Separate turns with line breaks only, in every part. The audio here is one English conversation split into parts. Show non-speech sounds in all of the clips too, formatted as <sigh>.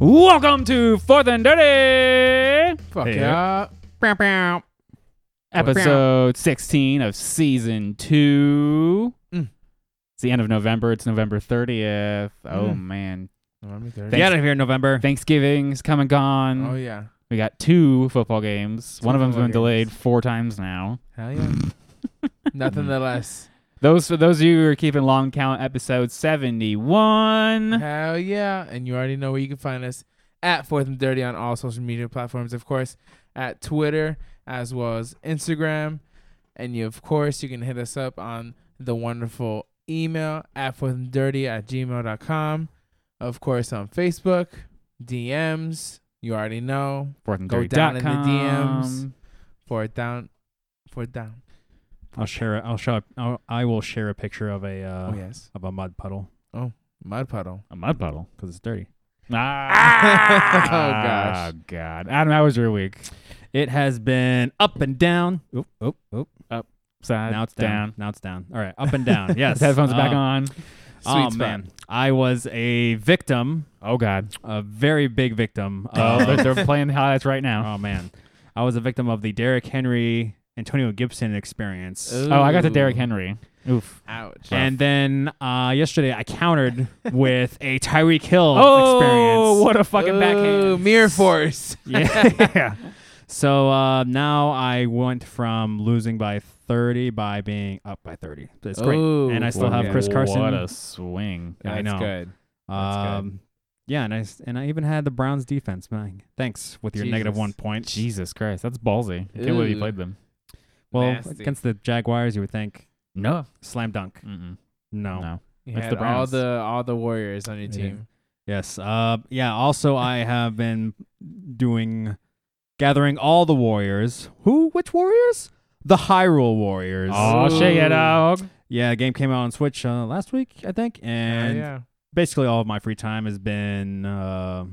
Welcome to Fourth and Dirty,
Fuck
Hey,
yeah. Bow, bow.
episode 16 of season two.
Mm.
It's the end of November. It's November 30th. Oh,
Mm.
man.
November third.
Get out of here, November.
Thanksgiving's come and gone.
Oh yeah.
We got two football games.
Two
One of them's
football
been
games.
delayed four times now.
Hell yeah. Nothing the <laughs> less.
<laughs> Those for those of you who are keeping long count, episode 71.
Hell yeah. And you already know where you can find us at Fourth and Dirty on all social media platforms, of course, at Twitter as well as Instagram. And you of course you can hit us up on the wonderful email at fourth and dirty at gmail.com. Of course on Facebook, DMs, you already know.
Fourth and
Go
Dirty
down
dot
in the
com.
DMs. For it down for it down.
I'll share. A, I'll show. a- I'll, I will share a picture of a uh,
oh yes.
of a mud puddle
Mud puddle.
A mud puddle.
because it's dirty.
Ah!
<laughs> Oh, gosh.
Oh, God. Adam, how was your week?
It has been up and down. Oop, oop, oop.
Side,
Now it's down. Now it's down. All right, up and down. Yes.
Headphones are back
Uh,
on.
Oh
Sweet spot.
man, I was a victim,
Oh, God.
a very big victim.
Oh, <laughs>
of- <laughs>
they're, they're playing the highlights right now.
oh man, I was a victim of the Derrick Henry Antonio Gibson experience.
Ooh.
Oh, I got the Derrick
Ooh.
Henry. Oof.
Ouch.
And then uh, yesterday I
<laughs>
countered with a Tyreek Hill
Oh,
experience.
what a fucking
Ooh,
backhand.
Mirror force.
<laughs> yeah. So uh, now I went from losing by 30 by being up by 30. It's great.
Ooh,
and I still have
yeah.
Chris Carson.
What a swing.
I
That's
know.
good. that's good.
um, yeah, and I s- and I even had the Browns defense. Man, thanks with your negative
Jesus.
one point.
Jesus Christ. That's ballsy. I can't believe you
Ooh.
played them.
Well,
Nasty.
against the Jaguars, you would think
No.
slam dunk.
Mm-mm.
No.
No.
You
That's
had
the
all
Browns.
the all the Warriors on your
They did.
<laughs> team. Oh,
Yes. Uh, yeah. Also, <laughs> I have been doing gathering all the warriors. Who? Which warriors? The Hyrule Warriors.
Oh, shit, yeah, dog.
Yeah, game came out on Switch uh, last week, I think, and <laughs>
yeah,
basically all of my free time has been uh,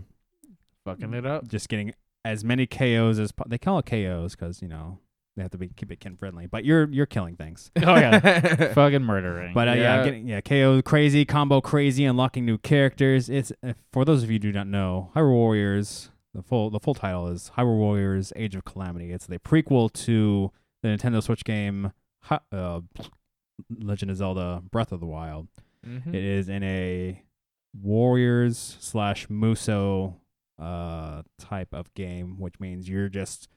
fucking it up.
just getting as many KOs as po- they call it KOs because you know they have to be keep it kid friendly, but you're you're killing things.
Oh,
<laughs>
yeah. fucking murdering.
But uh, yeah.
Yeah.
getting yeah KO crazy combo crazy unlocking new characters. It's uh, for those of you who do not know Hyrule Warriors. The full the full title is Hyrule Warriors: Age of Calamity. It's the prequel to the Nintendo Switch game Hy- uh, Legend of Zelda: Breath of the Wild.
Mhm.
It is in a warriors slash muso uh, type of game, which means you're just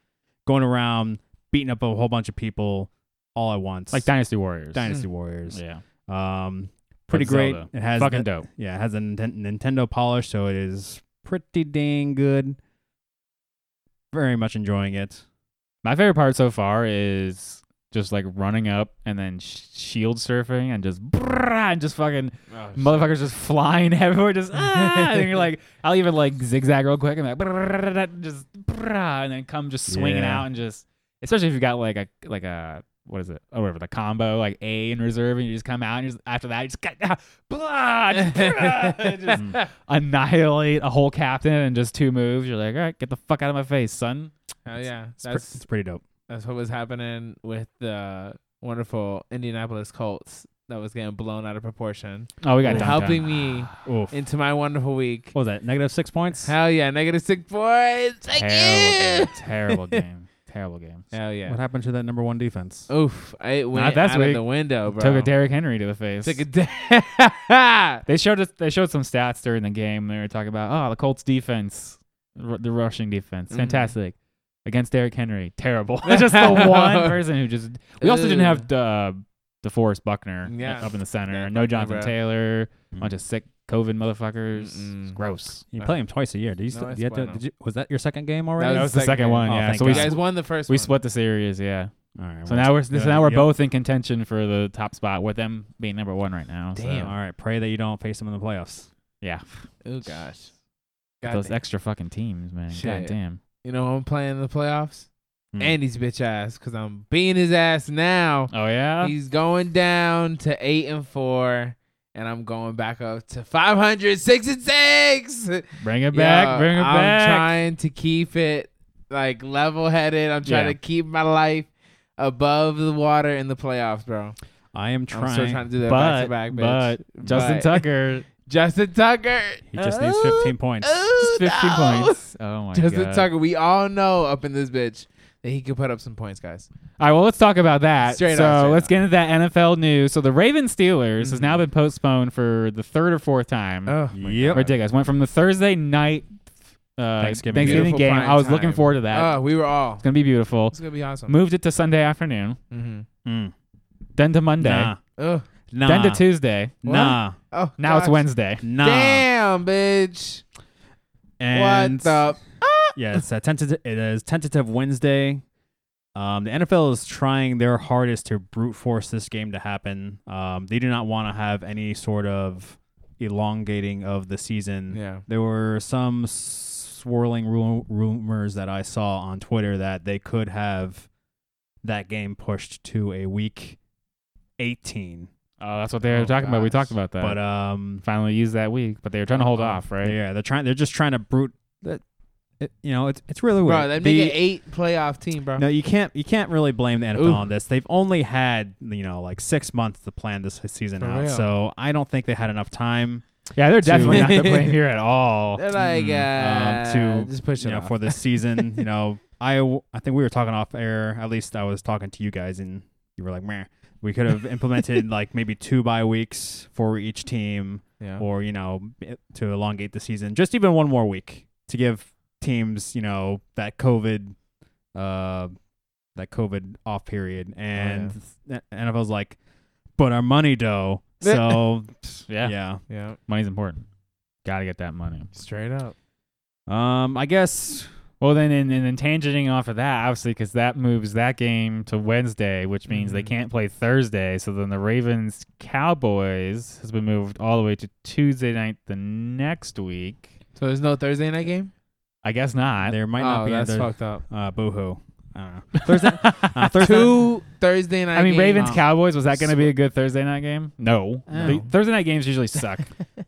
going around beating up a whole bunch of people all at once,
like Dynasty Warriors.
Dynasty Warriors.
Yeah.
Um, pretty
But
great.
Zelda.
It has
Fucking
the-
dope.
yeah, it has a Ninten- Nintendo polish, so it is pretty dang good. Very much enjoying it.
My favorite part so far is just like running up and then sh- shield surfing and just brrrr, and just fucking
Oh, shit.
motherfuckers just flying everywhere, just ah, and you're like, I'll even like zigzag real quick and like brrrr, just brrrr, and then come just swinging
Yeah.
out and just, especially if you got like a like a what is it? Oh, whatever the combo like A in reserve, and you just come out and you just after that you just got ah, blah, just,
<laughs>
brrrr, and just
Mm.
annihilate a whole captain in just two moves. You're like, all right, get the fuck out of my face, son.
Hell Oh, yeah,
It's, pre- it's
that's
pretty dope.
that's what was happening with the wonderful Indianapolis Colts that was getting blown out of proportion.
Oh, we got
And
dunked on.
helping me
<sighs> Oof.
into my wonderful week.
What was that? Negative six points.
Hell yeah, negative six points. Thank
terrible
you.
game.
<laughs>
Terrible game. Terrible game.
Hell yeah. Oh,
What happened to that number one defense?
Oof, I
Not
went
this
out
week.
of the window, bro.
Took a Derrick Henry to the face.
Took a <laughs> da-
they showed us. They showed some stats during the game. They were talking about oh the Colts defense, r- the rushing defense,
Mhm.
fantastic against Derrick Henry. Terrible. <laughs> just the one person who just. We also didn't have uh, DeForest Buckner
Yeah.
up in the center.
Yeah,
no
fuck
Jonathan
you, bro.
Taylor.
Mm.
Bunch of sick COVID motherfuckers. It's
Mm-mm.
gross.
You
Uh,
play him twice a year. Did you?
no,
still,
it's
you had to,
bueno.
did you, was that your second game
That
already?
That was
was
the
the
second
second
one.
game. Oh,
Yeah.
thank
so
you
we
God.
guys won the first
we
one.
split the series. Yeah.
All right.
So
well,
now we're so
good.
now we're
Yep.
both in contention for the top spot with them being number one right now. so-
Damn.
All right. Pray that you don't face him in the playoffs.
Yeah.
Oh gosh.
Those
Goddamn.
extra fucking teams, man. God
Shit.
damn.
you know who I'm playing in the playoffs?
Hmm.
Andy's bitch ass, cause I'm beating his ass now.
Oh yeah.
He's going down to eight and four, and I'm going back up to 500, six and six.
Bring it back.
Yo,
bring it
I'm
back.
trying to keep it like level headed. I'm trying
Yeah.
to keep my life above the water in the playoffs, bro.
I am
I'm still
trying.
trying to do that
but
back to back, bitch.
but Justin
But- <laughs>
Tucker.
Justin Tucker.
he just needs
Oh,
15 points.
Just 15
know.
points. Oh my
<laughs> Justin
god.
Tucker, we all know up in this bitch that he could put up some points, guys.
All right, well, let's talk about that.
Straight
so
on, straight
let's
on.
get into that NFL news. So the Ravens Steelers has
Mhm.
now been postponed for the third or fourth
Mm,
time.
Oh, my
Yep.
God.
Ridiculous. Went from the Thursday night uh,
Thanksgiving
game.
game.
Beautiful
I was
prime
looking
time.
forward to that.
Oh, we were all.
it's gonna be beautiful.
It's gonna be awesome.
Moved it to Sunday afternoon,
Mm-hmm.
Mm.
then to Monday,
Nah.
Ugh.
Nah.
then to Tuesday.
Nah.
Oh,
Now it's
gosh.
Wednesday.
Nah.
Damn, bitch.
And
what
<laughs>
the?
yeah, it's a tentative. It is tentative Wednesday. Um, the NFL is trying their hardest to brute force this game to happen. Um, they do not want to have any sort of elongating of the season.
Yeah.
There were some swirling ru- rumors that I saw on Twitter that they could have that game pushed to a week 18,
Oh, that's what they were
Oh,
talking about. We
gosh.
talked about that.
but um,
Finally used that week, but oh, they were trying to hold
Uh-oh.
off, right?
yeah, they're trying. They're just trying to brute. That, it, you know, it's it's really weird.
Bro, that
The-
make it eight playoff team, bro.
No, you can't. You can't really blame the NFL
Ooh.
on this. They've only had you know like six months to plan this season
For
out,
real.
so I don't think they had enough time
Yeah, they're definitely
To-
<laughs> not to blame here at all.
They're like,
Mm,
uh,
um, to,
just push
you
it
know,
off.
for
<laughs>
this season. you know, I w- I think we were talking off air. At least I was talking to you guys, and you were like, "Meh." We could have implemented like maybe two bye weeks for each team,
yeah.
or you know, it- to elongate the season, just even one more week to give teams, you know, that COVID, uh, that COVID off period, and the NFL's like, but our money dough. So
Yeah.
yeah,
yeah.
money's important. Got to get that money.
Straight up.
um, I guess
Well, then, and, and then tangenting off of that, obviously, because that moves that game to Wednesday, which means they
Mhm.
can't play Thursday. So then the Ravens Cowboys has been moved all the way to Tuesday night the next week.
So there's no Thursday night game.
I guess not.
there might not
oh,
be
that's
another
fucked up.
Uh, boohoo. I don't know.
<laughs>
Thursday. uh, Thursday.
Two Thursday night.
I mean,
games.
Ravens
Wow.
Cowboys was that going to be a good Thursday night game? No.
No.
The- Thursday night games <laughs> usually <laughs> suck.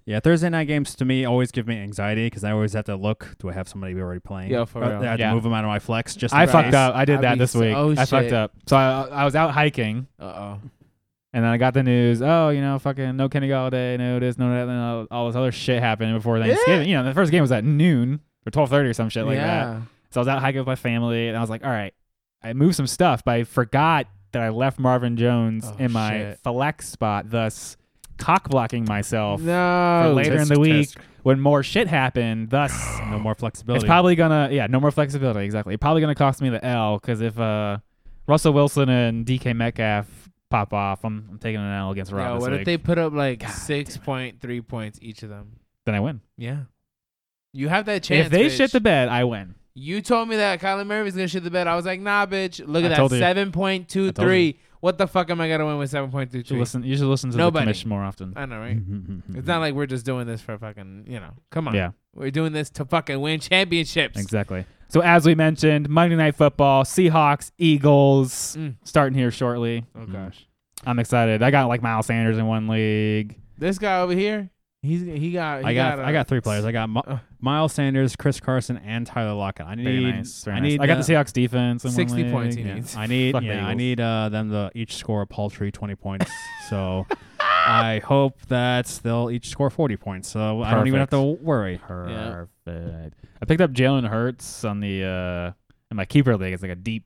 Yeah, Thursday night games to me always give me anxiety because I always have to look. Do I have somebody we already playing?
Yeah, for
Or
real.
I have
Yeah.
to move them out of my flex. Just
I
in
fucked
case.
up. I did
I'd
that
be
this
so-
week.
oh,
I fucked
shit.
up. So I, I was out hiking,
Uh oh.
and then I got the news. Oh, you know, fucking no Kenny Galladay, no this, no that, and all, all this other shit happened before Thanksgiving. You know, the first game was at noon or twelve thirty or some shit like that.
yeah.
So I was out hiking with my family, and I was like, all right, I moved some stuff, but I forgot that I left Marvin Jones
Oh,
in my
shit.
flex spot, thus cock blocking myself
No.
Oh, for later in
Tisk,
the week
tisk.
when more shit happened.
<sighs>
Thus. <sighs>
No more flexibility.
It's
<laughs>
probably gonna yeah, no more flexibility exactly. It's probably gonna cost me the L because if uh, Russell Wilson and DK Metcalf pop off, I'm, I'm taking an L against Rob.
Yeah,
this
what
week.
if they put up like
God
six point three points each of them?
Then I win.
Yeah. You have that chance.
if they
bitch.
shit the bed, I win.
You told me that Kyler Murray was gonna shit the bed. I was like, nah, bitch. Look
I
at that,
told you.
seven point two three. What the fuck am I gonna win with seven point two
You should
three?
listen. You should listen to
Nobody.
the commission more often. Mm-hmm.
I
<laughs>
know,
Mm-hmm,
right? It's not like we're just doing this for fucking, you know. Come on,
Yeah,
we're doing this to fucking win championships.
exactly. So as we mentioned, Monday Night Football, Seahawks, Eagles,
Mm.
starting here shortly.
Oh
Mm.
gosh,
I'm excited. I got like Miles Sanders in one league.
this guy over here, he's he got. He
I got.
a-
I got three players. I got Mi-
Uh.
Miles Sanders, Chris Carson, and Tyler Lockett. I need.
Very nice. Very
I
nice.
need.
I got
uh,
the Seahawks defense. In
60
one
points
league.
he
Yeah.
needs.
I need.
Fuck the
Yeah, I
Eagles.
need uh, them to each score a paltry
<laughs>
twenty points. so. I hope that they'll each score forty points, so I don't even have
Perfect.
to worry.
Perfect. I picked up Jalen Hurts on the uh in my keeper league. It's like a deep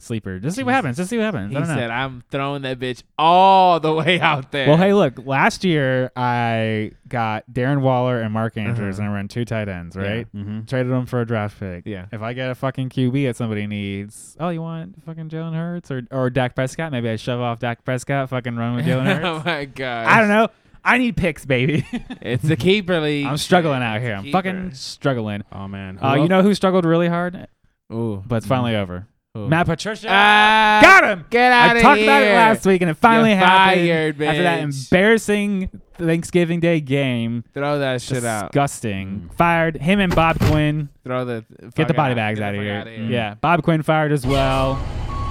sleeper. Just see what
Jeez.
happens. Just see what happens.
He
I don't
said,
know.
"I'm throwing that bitch all the way out there."
Well, hey, look. Last year I got Darren Waller and Mark Andrews,
Uh-huh.
and I ran two tight ends. Right?
Mm-hmm.
Traded them for a draft pick.
yeah,
If I get a fucking QB that somebody needs, oh, you want fucking Jalen Hurts or or Dak Prescott? Maybe I shove off Dak Prescott, fucking run with <laughs> Jalen
<laughs> oh
Hurts.
my god,
I don't know. I need picks, baby.
It's the keeper
<laughs>
league.
I'm struggling out
It's
here.
the
I'm
keeper.
fucking struggling.
Oh man,
Uh, you know who struggled really hard,
Ooh,
but it's finally over.
Mm. Ooh.
Matt Patricia.
Ah,
Got him.
Get
I
out of
talked
here.
about it last week, and it finally
You're
happened
fired,
after that
bitch.
embarrassing Thanksgiving Day game.
Throw that shit out.
Disgusting.
Mm.
Fired him and Bob Quinn.
Throw the
Get the
fuck
body
out.
bags
Get the
out of
fuck
here.
outta
Mm.
Yeah, Bob Quinn fired as well.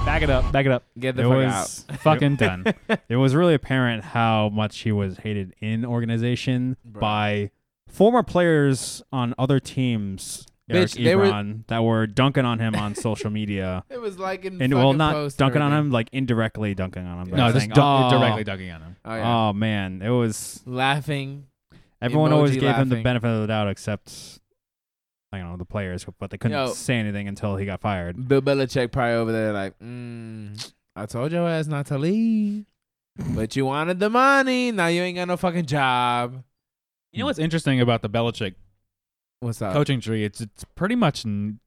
Back it up. Back it up.
Get the
it
fuck
was
<laughs>
Fucking done.
it was really apparent how much he was hated in organization
Bruh.
by former players on other teams. Eric
Bitch, they were-
Ebron that were dunking on him on
<laughs>
social media,
out. It was like in
and well,
fucking
not
post
dunking on
everything.
him, like indirectly dunking on him.
Yeah.
They're
no, just
saying,
dunk-
oh,
directly dunking on him.
Oh yeah.
Oh man, it was
laughing.
everyone always
Emoji
gave him the
laughing.
benefit of the doubt except I don't know the players, but they couldn't
Yo.
say anything until he got fired.
Bill Belichick probably over there like, mm, I told your ass not to leave, but you wanted the money. Now you ain't got no fucking job.
You know what's interesting about the Belichick
What's up?
coaching tree? It's it's pretty much n-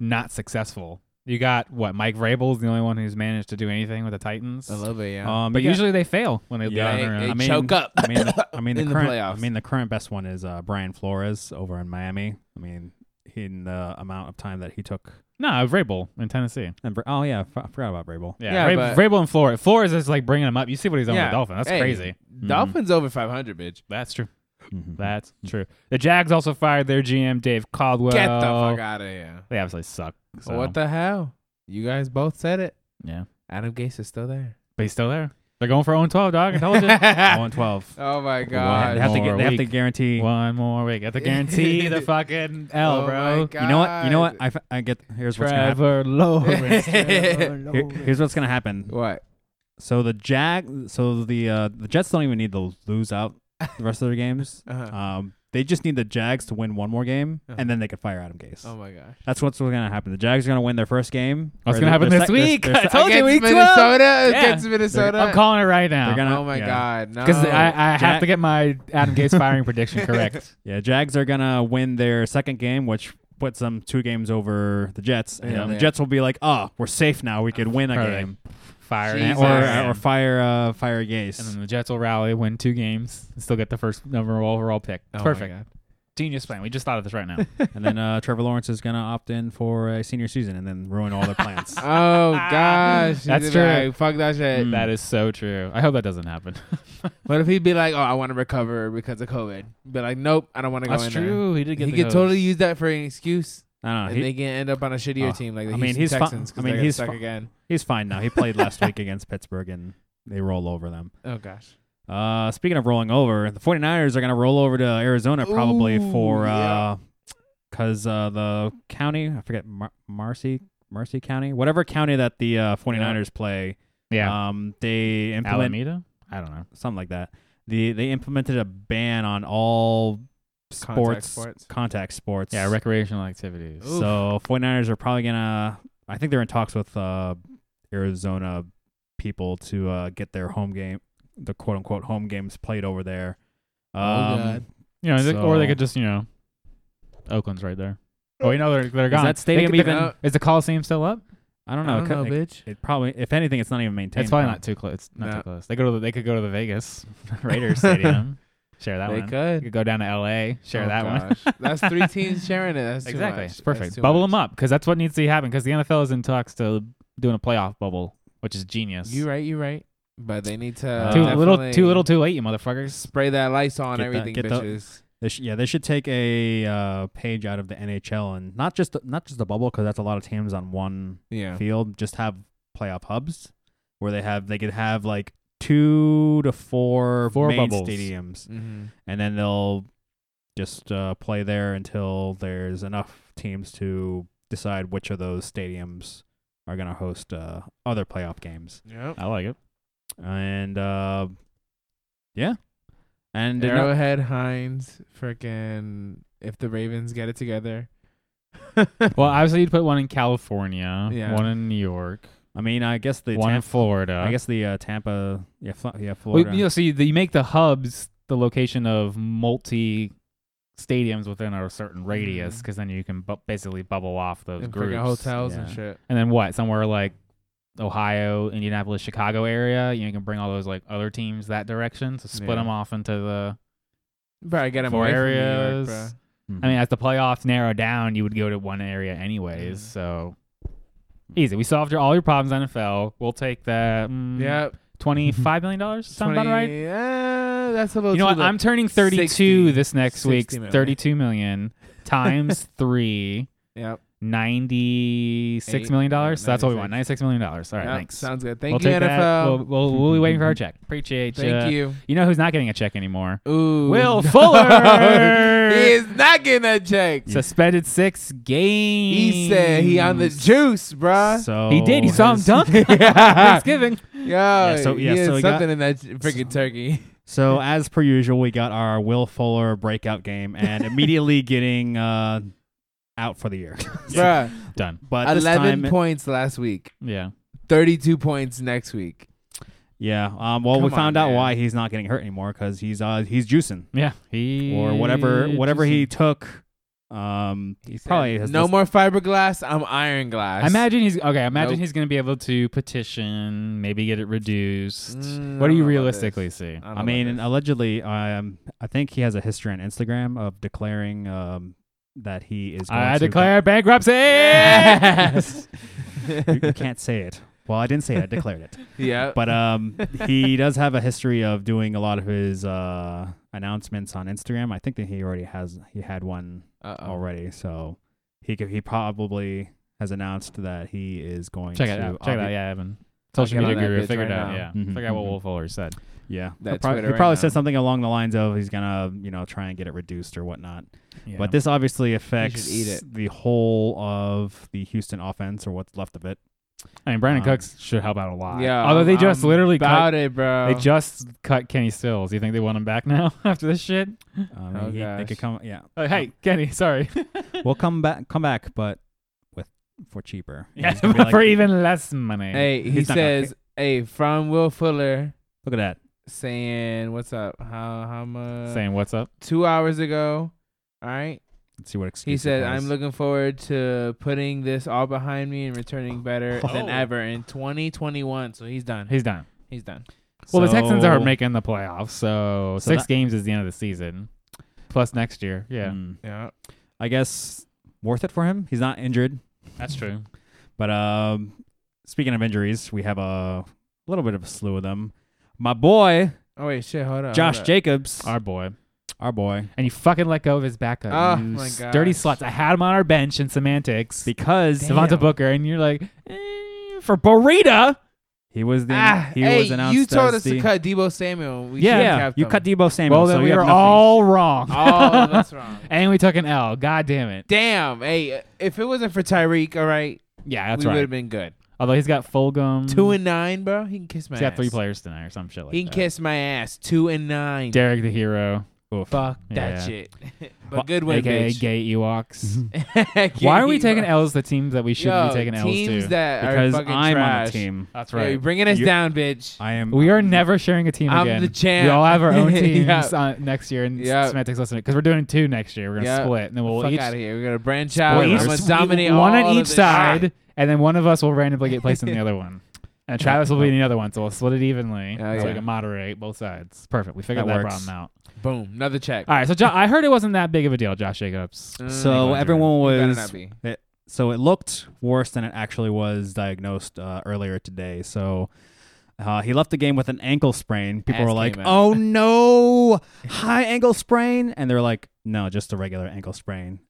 not successful. You got what Mike Vrabel's the only one who's managed to do anything with the Titans.
I love it. Yeah.
Um, but
Yeah.
usually they fail when they
Yeah.
get on
they,
their own.
they
I mean-
choke up.
I mean, the, I
<laughs>
mean the
In the
current. I
playoffs.
mean the current best one is uh, Brian Flores over in Miami. I mean, in the amount of time that he took.
No, Vrabel in Tennessee.
And, Bra- oh yeah, I f- forgot about Brable.
Yeah,
Yeah,
Vrab-
but-
Vrabel and Flores. Flores is like bringing him up. You see what he's done
Yeah.
with the Dolphins. That's
Hey,
crazy. Mm-hmm.
Dolphins over 500, bitch.
That's true.
Mhm.
That's true. The Jags also fired their GM Dave Caldwell.
Get the fuck out of here.
They obviously suck. So.
What the hell? You guys both said it.
Yeah,
Adam Gase is still there.
but he's still there. They're going for 0 12, dog. I told
<laughs>
you.
Oh, and twelve.
oh my
Wow.
god.
They have to
More
get. They have to
week.
guarantee.
One more week. Got to guarantee
<laughs>
the fucking L,
Oh
bro.
my God.
You know what? You know what? I, f- I get. Here's what's gonna happen.
Trevor
<laughs>
Lawrence. Trevor
Here-
Lawrence.
here's what's gonna happen.
What?
So the Jag. So the uh, the Jets don't even need to lose out the rest of
<laughs>
their games.
Uh-huh.
Um, they just need the Jags to win one more game,
Uh-huh.
and then they could fire Adam Gase.
oh my gosh.
That's what's gonna happen. The Jags are gonna win their first game.
What's
or
gonna
their-
happen
their
this
sec- their-
week?
their sec-
<laughs> I told you,
Against
week 12.
Minnesota
Yeah.
against Minnesota.
I'm calling it right now.
They're gonna-
oh my
yeah.
god. No.
Because I, I have
Jack-
to get my Adam Gates firing
<laughs>
prediction correct.
yeah, Jags are gonna win their second game, which puts them two games over the Jets, and
Yeah.
the Jets will be like, "Oh, we're safe now. We could win a
Perfect.
game,
Fire
Jesus.
or,
or or fire uh, fire Gase." <laughs>
and then the Jets will rally, win two games, and still get the first number overall pick.
Oh my
Perfect.
God.
Genius plan. We just thought of this right now.
and then uh, Trevor Lawrence is gonna opt in for a senior season and then ruin all
<laughs>
their plans.
Oh gosh.
That's
He's
true.
like, Fuck that shit.
Hmm. that is so true. I hope that doesn't happen.
What if he'd be like, "Oh, I want to recover because of COVID," but like, nope, I don't want to go
That's
in
true. He did get
there. He
the
could
goes.
totally use that for an excuse,
I don't know.
and
Uh, He,
they can end up on a shittier
Oh,
team like
I
the
mean,
Houston
he's fi-
Texans. 'cause
I mean,
they're
he's
stuck
fi-
again.
he's fine now. He played last week against Pittsburgh and they roll over them.
Oh gosh.
Uh, speaking of rolling over, the 49ers are going to roll over to Arizona probably
Ooh,
for
yeah.
uh, cuz uh, the county, I forget Mar- Marcy Marcy County, whatever county that the uh, 49ers play,
Yeah.
uh,
um they implement
Alameda? I don't know.
something like that. The they implemented a ban on all
Contact
sports
sports.
contact sports.
Yeah, recreational activities.
Oof.
So 49ers are probably going to I think they're in talks with uh, Arizona people to uh, get their home game, the quote unquote home games played over there. Um,
Oh, God.
You know, they- or they
So-
could just, you know, Oakland's right there. Oh, you know, they're, they're
Is
gone.
that stadium
They could-
even-
Uh,
Is the Coliseum still up?
I don't
I
know.
don't
it,
know,
could- it,
bitch.
it probably, if anything, it's not even maintained.
It's probably
huh?
not too close. It's not
No.
too close. They go to the, they could go to the
<laughs>
Vegas Raiders Stadium. Share that
They
one. You
could
could go down to L.A. Share
Oh,
that one. <laughs>
gosh. That's three teams sharing it. That's too
exactly.
much.
It's perfect.
That's too
bubble
much.
them up because that's what needs to happen. Because the NFL is in talks to doing a playoff bubble, which is genius.
You right. You right. But they need to
Uh,
too little,
definitely
too little, too late, you motherfuckers.
Spray that lights on
Get that-
everything,
get that-
bitches.
They sh- yeah, they should take a uh, page out of the NHL and not just not just the bubble because that's a lot of teams on one
yeah.
field. Just have playoff hubs where they have they could have like two to four,
Four
main
bubbles.
stadiums,
Mm-hmm.
and then they'll just uh, play there until there's enough teams to decide which of those stadiums are going to host uh, other playoff games.
Yep.
I like it.
And uh, yeah, and uh,
Arrowhead Hines, freaking if the Ravens get it together. <laughs>
Well, obviously you'd put one in California,
Yeah.
one in New York,
I mean, I guess the
one in
Tampa,
Florida.
I guess the uh, Tampa, yeah, Fl- yeah,
Well,
Florida.
you know, so you, you make the hubs the location of multi stadiums within a certain radius,
Mhm.
because then you can bu- basically bubble off those
and
groups.
freaking hotels and
yeah.
shit.
And then what? Somewhere like Ohio, Indianapolis, Chicago area. You, know, you can bring all those like other teams that direction. So split
Yeah.
them off into the.
Probably get them
Four
away
areas.
from New York,
Mhm.
I mean, as the playoffs narrow down, you would go to one area anyways.
Mhm.
So easy. We solved your, all your problems, NFL. We'll take that.
bro.
Mm,
Yep.
twenty five million
<laughs>
dollars. Sound about
20
right.
Yeah, eh, that's a little.
You know
too
what?
low.
I'm turning 32
60
this next
60
week.
million.
32 million
<laughs>
times three,
Yep.
96 million dollars.
Eight,
So that's what we want.
96.
96 million dollars. All right,
Yep.
thanks.
Sounds good.
we'll
Thank you,
take that. We'll,
NFL.
we'll, we'll be waiting for our check. Appreciate ya.
Mm-hmm. Thank you.
You know who's not getting a check anymore?
Ooh. <laughs>
Will
he
Fuller.
is not getting that
<laughs>
check.
Suspended six games.
He said he on the Oh. juice, bruh.
so
Uh, He did. You saw him
<laughs>
his-
dunk. Thanksgiving.
Yo,
so- yeah,
he had
so he got-
something in that freaking turkey. <laughs>
So as per usual, we got our Will Fuller breakout game, and immediately getting uh, out for the year. <laughs>
Bruh,
Done.
but this time,
11
it-
points last week,
Yeah.
32 points next week.
yeah. Um, well, we
Come on,
found out
man.
why he's not getting hurt anymore because he's uh he's juicing
Yeah. He
or whatever whatever he
just-
took. Um, he,
said,
probably has
no
less-
more fiberglass. I'm iron glass.
I imagine he's okay. I imagine
Nope.
he's gonna be able to petition, maybe get it reduced.
Mm,
what
I
do you
don't know about
realistically
this.
see?
don't know
I
about
mean, and
uh,
this.
allegedly, um, I think he has a history on Instagram of declaring um, that he is. Going
I
to <laughs>
declare
<laughs>
bankruptcy.
Yes.
you, you can't say it. Well, I didn't say it. I declared it.
yeah. <laughs>
But um, he does have a history of doing a lot of his uh, announcements on Instagram. I think that he already has. He had one
Uh-oh.
<laughs>
already, so he could, he probably has announced that he is going
Check
to
it out. Check it
obvi-
out. Yeah, Evan. Social
get on
media
that
guru
bitch
figured
right
out.
now.
Yeah. Mm-hmm.
Mhm,
Figure out what
mhm.
Wolf Fuller said.
Yeah,
That
He'll prob-
Twitter
he
right
probably
now.
said something along the lines of he's gonna, you know, try and get it reduced or whatnot.
Yeah.
But this obviously affects
eat it.
the whole of the Houston offense or what's left of it.
I mean, Brandon
Um,
Cooks should help out a lot.
Yeah.
Although they just
I'm
literally
about
cut,
it, bro.
they just cut Kenny Stills. You think they want him back now <laughs> after this shit?
Um,
Oh,
he- they
gosh.
could come, yeah.
Uh, hey, Kenny, sorry.
<laughs>
<laughs>
we'll come back, come back, but with for cheaper.
yeah, <laughs>
He's gonna be like,
for even less money.
<laughs>
hey, he
he's not gonna
says, hey, from Will Fuller
look at that.
saying, what's up? How, how much?
saying what's up?
Two hours ago. All right.
Let's see what excuse
He said,
has.
I'm looking forward to putting this all behind me and returning
<laughs>
better than
Oh.
ever in 2021. So he's done.
He's done.
He's done.
Well, the Texans
So-
are making the playoffs, so,
So
six
that-
games is the end of the season, plus next year. Yeah,
Mm.
Yeah.
I guess worth it for him. He's not injured,
that's true.
but um, speaking of injuries, we have a little bit of a slew of them. My boy
Oh wait, shit. Hold on.
Josh
hold on.
Jacobs, our,
Our boy,
boy,
and you fucking let go of his backup.
Oh,
you
my
s- dirty
gosh.
sluts! I had him on our bench in semantics,
because
Devonta Booker, and you're like eh, for Burita.
he was the
Ah,
he
hey,
was announced.
you told
as
us
the-
to cut Debo Samuel. We
Yeah,
should've
yeah,
kept
you
him.
cut Debo Samuel.
Well,
so
then
you
we
have
were
nothing.
all wrong.
Oh,
<laughs>
that's wrong.
<laughs> and we took an L. God damn it.
Damn. Hey, if it wasn't for Tyreek, all right,
Yeah, that's
we would
right.
have been good.
Although he's got Fulgham.
Two and nine, bro. He can kiss my
He's
ass.
got three players
<laughs>
tonight or some shit like
he
that.
can kiss my ass. Two and nine.
Derek the Hero.
Fuck that
Yeah.
shit. <laughs>
Well,
but good win,
AKA
<laughs> bitch.
gay Ewoks.
Get
Why are we
Debo.
taking L's the teams that we shouldn't be
Yo,
taking L's
teams
to?
that
because
are fucking
I'm
trash.
on a team.
That's
Yeah, you're
right.
bringing us
You-
down, bitch.
I am.
We are never sharing a team
I'm
again.
the champ.
We all have our own teams
<laughs> Yeah.
on- next year in
Yeah.
semantics listening because we're doing two next year. We're gonna
Yeah.
split and then we'll
Fuck
each,
out of here. We're gonna branch out.
we'll
Spoilers.
each
I'm gonna dominate
one
all
on
of
each
this
side,
shit. Ah,
and then one of us will randomly get placed in
<laughs>
the other one. And Travis will be in the other one, so we'll split it evenly
Oh,
so we
yeah.
can moderate both sides. Perfect. We figured
That
that,
works.
problem out.
Boom. Another check.
All right. So jo- I heard it wasn't that big of a deal, Josh Jacobs.
Mm,
So everyone
better
was.
not be.
So it looked worse than it actually was diagnosed uh, earlier today. So. Uh, he left the game with an ankle sprain. People
Ass
were like,
came out. <laughs>
"Oh no, high ankle sprain," and they're like, "No, just a regular ankle sprain."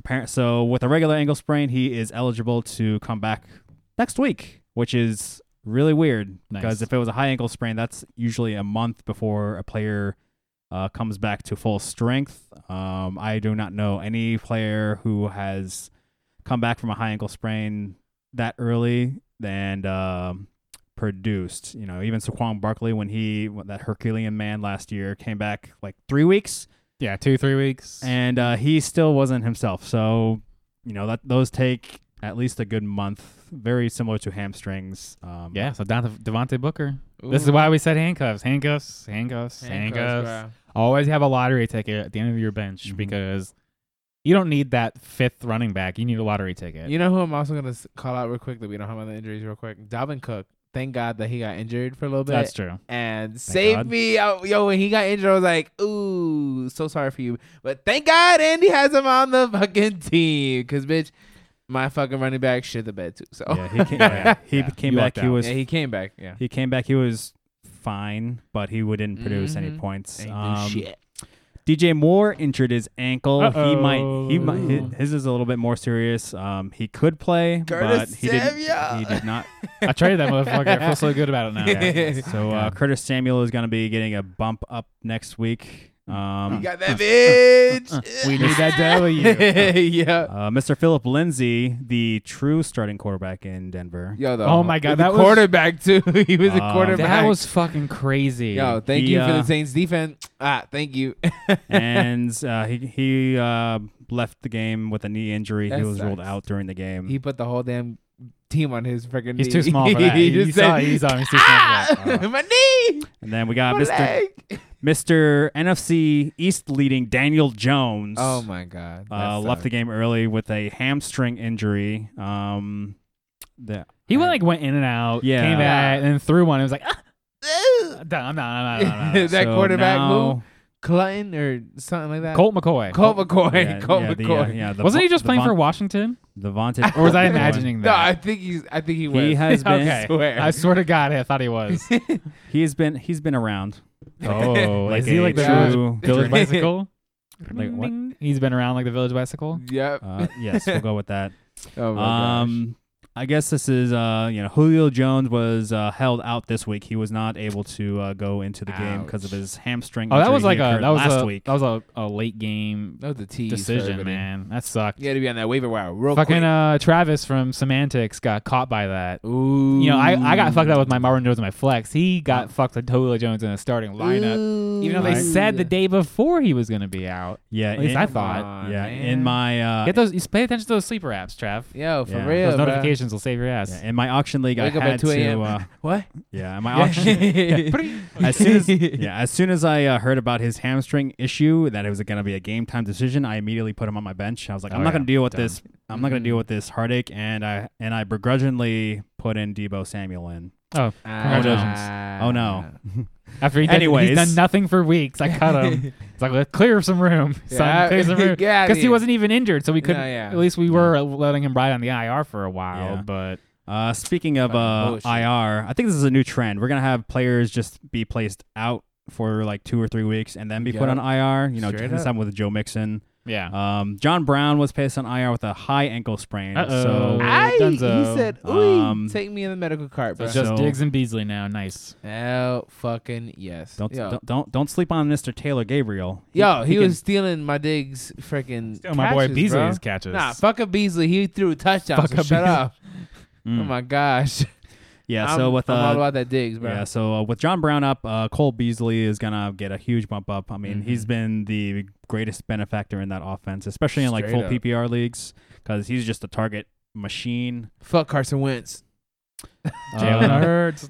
Apparent. So with a regular ankle sprain, he is eligible to come back next week, which is really weird
Nice.
because if it was a high ankle sprain, that's usually a month before a player uh, comes back to full strength. Um, I do not know any player who has come back from a high ankle sprain that early and um, produced. You know, even Saquon Barkley when he when that Herculean man last year came back like three weeks
Yeah, two three weeks.
and uh, he still wasn't himself. So you know that those take at least a good month. Very similar to hamstrings. Um,
yeah, so Devontae Devontae Booker. This is
Ooh,
why we said handcuffs, handcuffs, handcuffs, handcuffs.
handcuffs,
Always have a lottery ticket at the end of your bench
Mhm.
because you don't need that fifth running back. You need a lottery ticket.
bro. You know who I'm also gonna s- call out real quick that we don't have on the injuries real quick. Dalvin Cook. Thank God that he got injured for a little bit
That's true.
and saved
God.
me. I- yo, when he got injured, I was like, "Ooh, so sorry for you," but thank God Andy has him on the fucking <laughs> team. Cause bitch, my fucking running back shit the bed too. So
Yeah, he came,
Yeah,
he
yeah.
came
You
back.
lucked
He
out.
was
Yeah, he came back. Yeah.
he came back. He was fine, but he didn't produce any
Mhm.
points.
Ain't no
<laughs>
Um,
shit.
DJ Moore injured his ankle. He might. He
Uh-oh.
might. hi- His is a little bit more serious. Um, he could play,
Curtis
but he did.
Samuel.
He did not.
I traded that motherfucker. I
<laughs>
feel so good about it now.
Yeah. So uh,
God.
Curtis Samuel is going to be getting a bump up next week. Um,
You got that
<laughs>
bitch.
We need that W.
<laughs> yeah.
uh, Mr. Philip Lindsay, the true starting quarterback in Denver.
<laughs>
Yo, the,
Oh my God,
the
that was-
quarterback <laughs> too. he was
Uh,
a quarterback.
that was fucking crazy.
Yo, thank
He,
you for
uh,
the Saints defense. Ah, thank you. <laughs>
and uh, he he uh, left the game with a knee injury. he
That
was ruled
sucks.
out during the game.
he put the whole damn team on his freaking.
Mm. he's too small
<laughs>
for that.
he
You
just
saw-
said,
he's obviously too small for
ah,
that.
<laughs> my knee,
and then we got
my
Mr.
leg.
Mr. NFC East leading Daniel Jones.
Oh my god,
uh, left the game early with a hamstring injury. Um, the,
He went like went in and out,
Yeah.
came back, and then threw one. It was like, ah,
game.
I'm done, I'm not, I'm not, I'm not.
That quarterback
now-
<laughs>
move? Clutton or something like <laughs> that.
Colt McCoy.
Colt McCoy.
Yeah,
Colt
yeah, the, uh,
McCoy.
yeah, the
Wasn't he
Von-
just
the
playing for
Von-
Washington?
the Vontae?
<laughs> Or was I
Von-
imagining
No, I
that?
think he's. <laughs> I think he was.
He has been.
Okay.
swear.
I swear to God, I
<laughs>
thought he was.
He's been. He's been around.
Oh,
Like
is he
a
like the
true
village, <laughs> village
dream.
bicycle?
Like what?
He's been around like the village bicycle.
yep.
Uh, yes, we'll go with that.
oh my
Um, I guess this is uh, you know, Julio Jones was uh, held out this week. He was not able to uh, go into the game because of
Ouch.
his hamstring.
Oh, that
injury
was
he
like a
incurred
that was
last
a oh,
week.
that was a, a late game
gosh. That was a tease for
decision,
everybody.
man. That sucked.
You got to be on that waiver wire real
Fucking
quick.
uh, Travis from Semantics got caught by that.
Ooh.
You know, I, I got fucked up with my Marvin Jones and my flex. He got fucked with Julio Jones in a starting lineup, even though they
Right.
Mm.
said the day before he was going to be out.
yeah,
At least
in-
I thought.
on,
yeah,
man.
in my uh,
Get those. You pay attention to those sleeper apps, Trav.
Yo, for
Yeah.
real.
those
bruh.
notifications will save your ass.
yeah, in my auction league,
Wake
I
up at
had
2 a.m..
to. Uh,
<laughs> What?
yeah,
<laughs>
in my auction.
<laughs>
as soon as yeah, as soon as I uh, heard about his hamstring issue that it was going to be a game time decision, I immediately put him on my bench. I was like, I'm
Oh,
not
yeah.
going to deal with
Done. Mm-hmm.
this. I'm not going
Mhm.
to deal with this heartache, and I and I begrudgingly put in Debo Samuel in.
Congratulations.
Ah. <laughs>
Oh no,
After he did,
Anyways.
he's done nothing for weeks. I cut
<laughs>
him. it's like let's clear some room, son. Clear some room. Because he wasn't even injured, so we couldn't.
Yeah, yeah.
At least we were letting him ride on the IR for a while.
Yeah.
But
Uh, speaking of
Fucking
uh,
bullshit.
IR, I think this is a new trend. We're gonna have players just be placed out for like two or three weeks and then be put
Yup.
on IR. You know,
Straight
this
up.
happened with Joe Mixon.
yeah.
Um, John Brown was placed on IR with a high ankle sprain.
Uh-oh.
So
I, he
Dunzo.
said, "Ooh,
Um,
take me in the medical cart,
so
bro."
it's just
so-
Diggs and Beasley now. Nice.
Hell, fucking yes.
don't,
yo,
don't don't don't sleep on Mr. Taylor Gabriel.
yo, he,
can-
was stealing my digs, freaking.
Oh, my boy
catches, bro.
Beasley's catches.
Nah, fuck up Beasley. He threw a touchdown.
Fuck
so
up
shut
Beasley. Hmm.
up.
Mm.
Oh my gosh.
yeah.
I'm,
so with
I'm all
uh,
about that digs, bro.
yeah, so uh, with John Brown up, uh, Cole Beasley is gonna get a huge bump up. I mean,
Mhm.
Mm-hmm.
he's been the greatest benefactor in that offense, especially in like
Straight
full
up.
PPR leagues, because he's just a target machine.
Fuck
<laughs>
Carson Wentz. <laughs>
Jalen
Uh,
Hurts.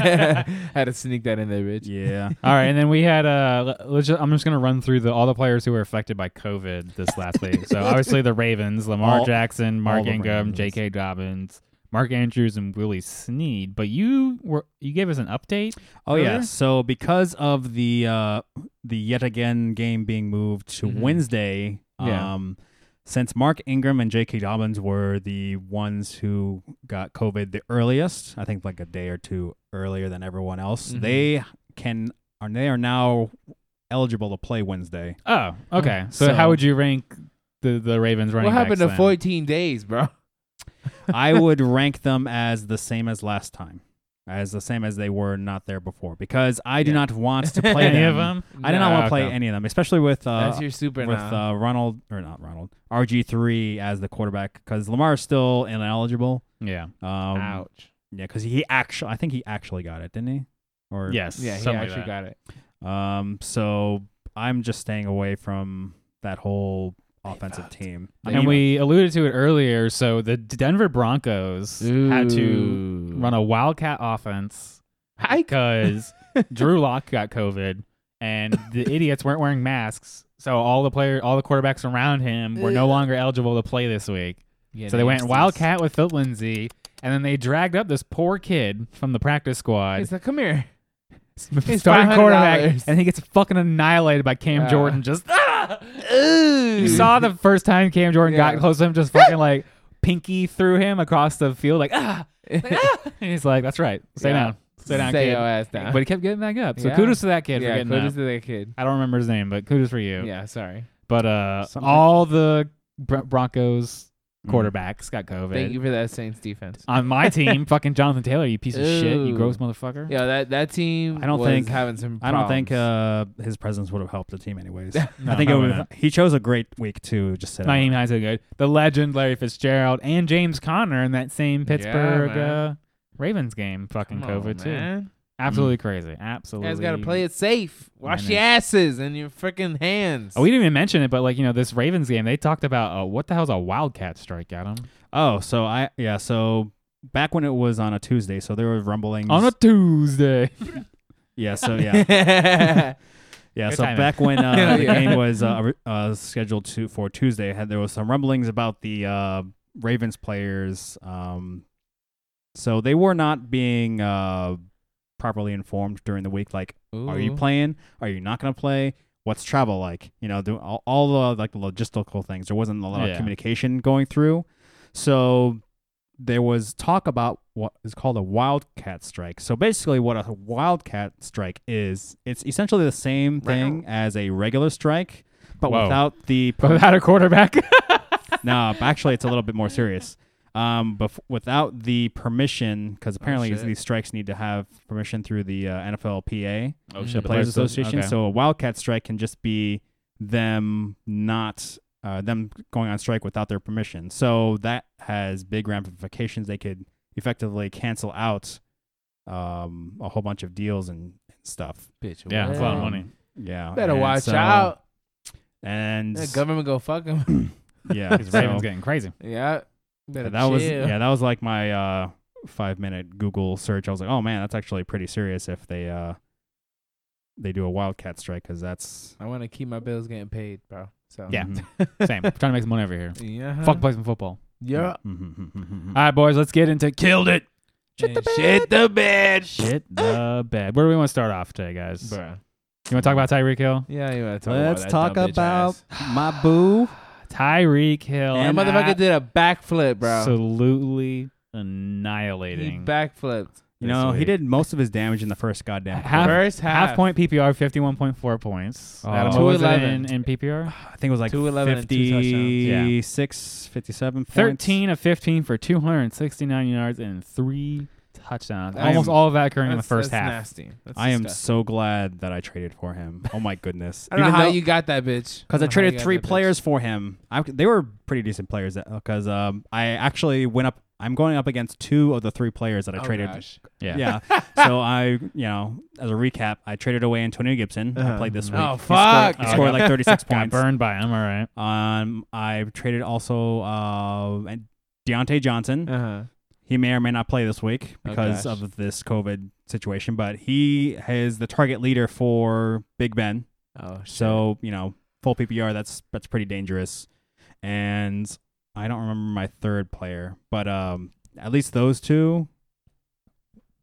Had to sneak that in there, bitch.
<laughs> yeah.
All right, and then we had uh, le- let's just, I'm just gonna run through the all the players who were affected by COVID this last week. So obviously the Ravens, Lamar
All-
Jackson, Mark
all the
Ingram,
Ravens.
J.K. Dobbins, Mark Andrews, and Willie Sneed. But you were you gave us an update.
Oh yeah.
Earlier?
So because of the uh the yet again game being moved to
Mm-hmm.
Mhm.
Wednesday,
Yeah.
um since Mark Ingram and J.K. Dobbins were the ones who got COVID the earliest, I think like a day or two earlier than everyone else,
Mm-hmm.
Mhm.
they can are they are now eligible to
<laughs>
play Wednesday.
Oh, okay. So,
So-
how would you rank the the Ravens running?
What happened to
backs then?
14 days, bro?
I would rank them as the same as last time, as the same as they were not there before, because I do
Yeah.
<laughs>
not want to play
Any
them.
of them?
I do not
No,
want to play
okay.
any of them, especially with uh,
That's your super
with
now.
uh, Ronald or not Ronald RG three as the quarterback because Lamar is still ineligible.
Yeah.
Um,
Ouch.
Yeah, because he actually, I think he actually got it, didn't he? Or
Yes.
Yeah, he
something like
actually
that.
got it.
Um, so I'm just staying away from that whole offensive team. I
And
mean,
we alluded to it earlier. So the Denver Broncos had to run a wildcat offense
Mm. Hike. <laughs>
because Drew Lock got COVID and the idiots weren't wearing masks. So all the player, all the quarterbacks around him were no longer eligible to play this week. So they went wildcat with Phil Lindsay, and then they dragged up this poor kid from the practice squad,
He's like, come here.
<laughs> starting quarterback,
$500.
and he gets fucking annihilated by Cam
Yeah.
Jordan.
<laughs>
Just ah!
Ooh.
you saw
<laughs>
the first time Cam Jordan
Yeah.
got close to him,
<laughs>
just fucking like pinky threw him across the field, like ah, like, ah! and he's like, "That's right, stay
Yeah.
down, stay down,
Stay
kid."
your ass down.
But he kept getting back up. So
Yeah.
kudos to that kid for
yeah,
getting
kudos
up.
to that kid.
I don't remember his name, but kudos for you.
Yeah, sorry.
But uh,
Something-
all the Br- Broncos quarterback, Scott COVID.
Thank you for that Saints defense.
On my <laughs> team, fucking Jonathan Taylor, you piece of shit, you
Ooh.
gross motherfucker.
Yeah, that that team.
I don't
was
think-
having some.
I don't think
problems.
uh, his presence would have helped the team anyways.
<laughs> No,
I think it
no,
would.
no, no.
He chose a great week to just sit.
Not
out.
even so good. The legend Larry Fitzgerald and James Conner in that same Pittsburgh
man.
uh, Ravens game,
uh,
fucking
Come on,
COVID too.
man.
Absolutely crazy. Absolutely.
You guys got to play it safe. Wash
Menace.
your asses and your freaking hands.
Oh,
<laughs>
we didn't even mention it, but like you know, this Ravens game, they talked about uh, what the hell's a wildcat strike, Adam?
Oh, so I yeah. So back when it was on a Tuesday, so there were rumblings.
On a Tuesday.
yeah.
<laughs>
So yeah. <laughs> Yeah,
Good
so
timing. <laughs>
back when uh,
Yeah,
the
yeah.
game was uh, ri- uh, scheduled to for Tuesday, had there was some rumblings about the uh, Ravens players. Um, so they were not being uh, properly informed during the week. Like, are you
Ooh.
playing? Are you not going to play? What's travel like? You know, do all, all the like logistical things. There wasn't a lot
Yeah.
of communication going through. So there was talk about what is called a wildcat strike. So basically, what a wildcat strike is, it's essentially the same thing as a regular strike, but
Whoa. <laughs>
without the
But without a quarterback.
no. Actually, it's a little bit more serious. Um, but without the permission, because apparently
shit.
these strikes need to have permission through the uh, NFLPA,
<laughs> oh
shit,
the Players Association. So a wildcat strike can just be them not uh, them going on strike without their permission. So that has big ramifications. They could effectively cancel out um, a whole bunch of deals and, and stuff.
bitch.
yeah, it's a lot of
Um,
money.
Yeah,
Better
and
watch
so-
out.
And
The government go fuck them.
yeah,
<laughs> Because
so-
Ravens getting crazy.
<laughs> yeah. Better
that was
chill.
yeah, that was like my uh, five minute Google search. I was like, oh man, that's actually pretty serious if they uh, they do a wildcat strike because that's
I want to keep my bills getting paid, bro. So <laughs>
Yeah.
Mhm.
Same. Trying to make some money over <laughs> here.
yeah.
Fuck play some football.
Yeah. Mm-hmm.
Mhm.
All right, boys, let's get into killed it.
Shit the bed. Shit the bed.
Shit the bed. Where do we want to start off today, guys? You
Bruh.
want to talk about Tyreek Hill?
Yeah, you want to talk
Let's
about
talk
that dumb bitch
about
ass.
my boo.
Tyreek Hill.
That
And
motherfucker
I-
did a backflip, bro.
Absolutely
he
annihilating.
backflipped.
You
this
know, he
week.
did most of his damage in the first goddamn.
Half-
quarter.
First half.
half, point PPR, fifty-one point four points.
Oh.
Adam, what was it
211.
in, in PPR?
I think it was like
211 and two touchdowns.
56, 57 points.
Thirteen of fifteen for two hundred and sixty-nine yards and three touchdowns.
That's-
Almost all of that occurring in the
That's-
first
that's
half.
Nasty. That's
I am
disgusting.
so glad that I traded for him. Oh my goodness!
<laughs> I don't know
Even
how
though-
you got that bitch.
Because I
don't know how you
traded
got
three
that bitch.
players for him. I, they were pretty decent players. Because um, I actually went up. I'm going up against two of the three players that I
Oh,
traded.
gosh.
Yeah.
Yeah. <laughs> so I, you know, as a recap, I traded away Antonio Gibson. I
Uh-huh.
played this week.
Oh,
He scored-
fuck.
He
<laughs>
scored like 36
Got
points.
burned by him. All right.
Um, I traded also uh and Deontay Johnson.
Uh-huh.
He may or may not play this week
Oh,
because
gosh.
of this COVID situation, but he is the target leader for Big Ben.
Oh, shit.
So you know, full PPR. That's that's pretty dangerous. And I don't remember my third player, but um, at least those two.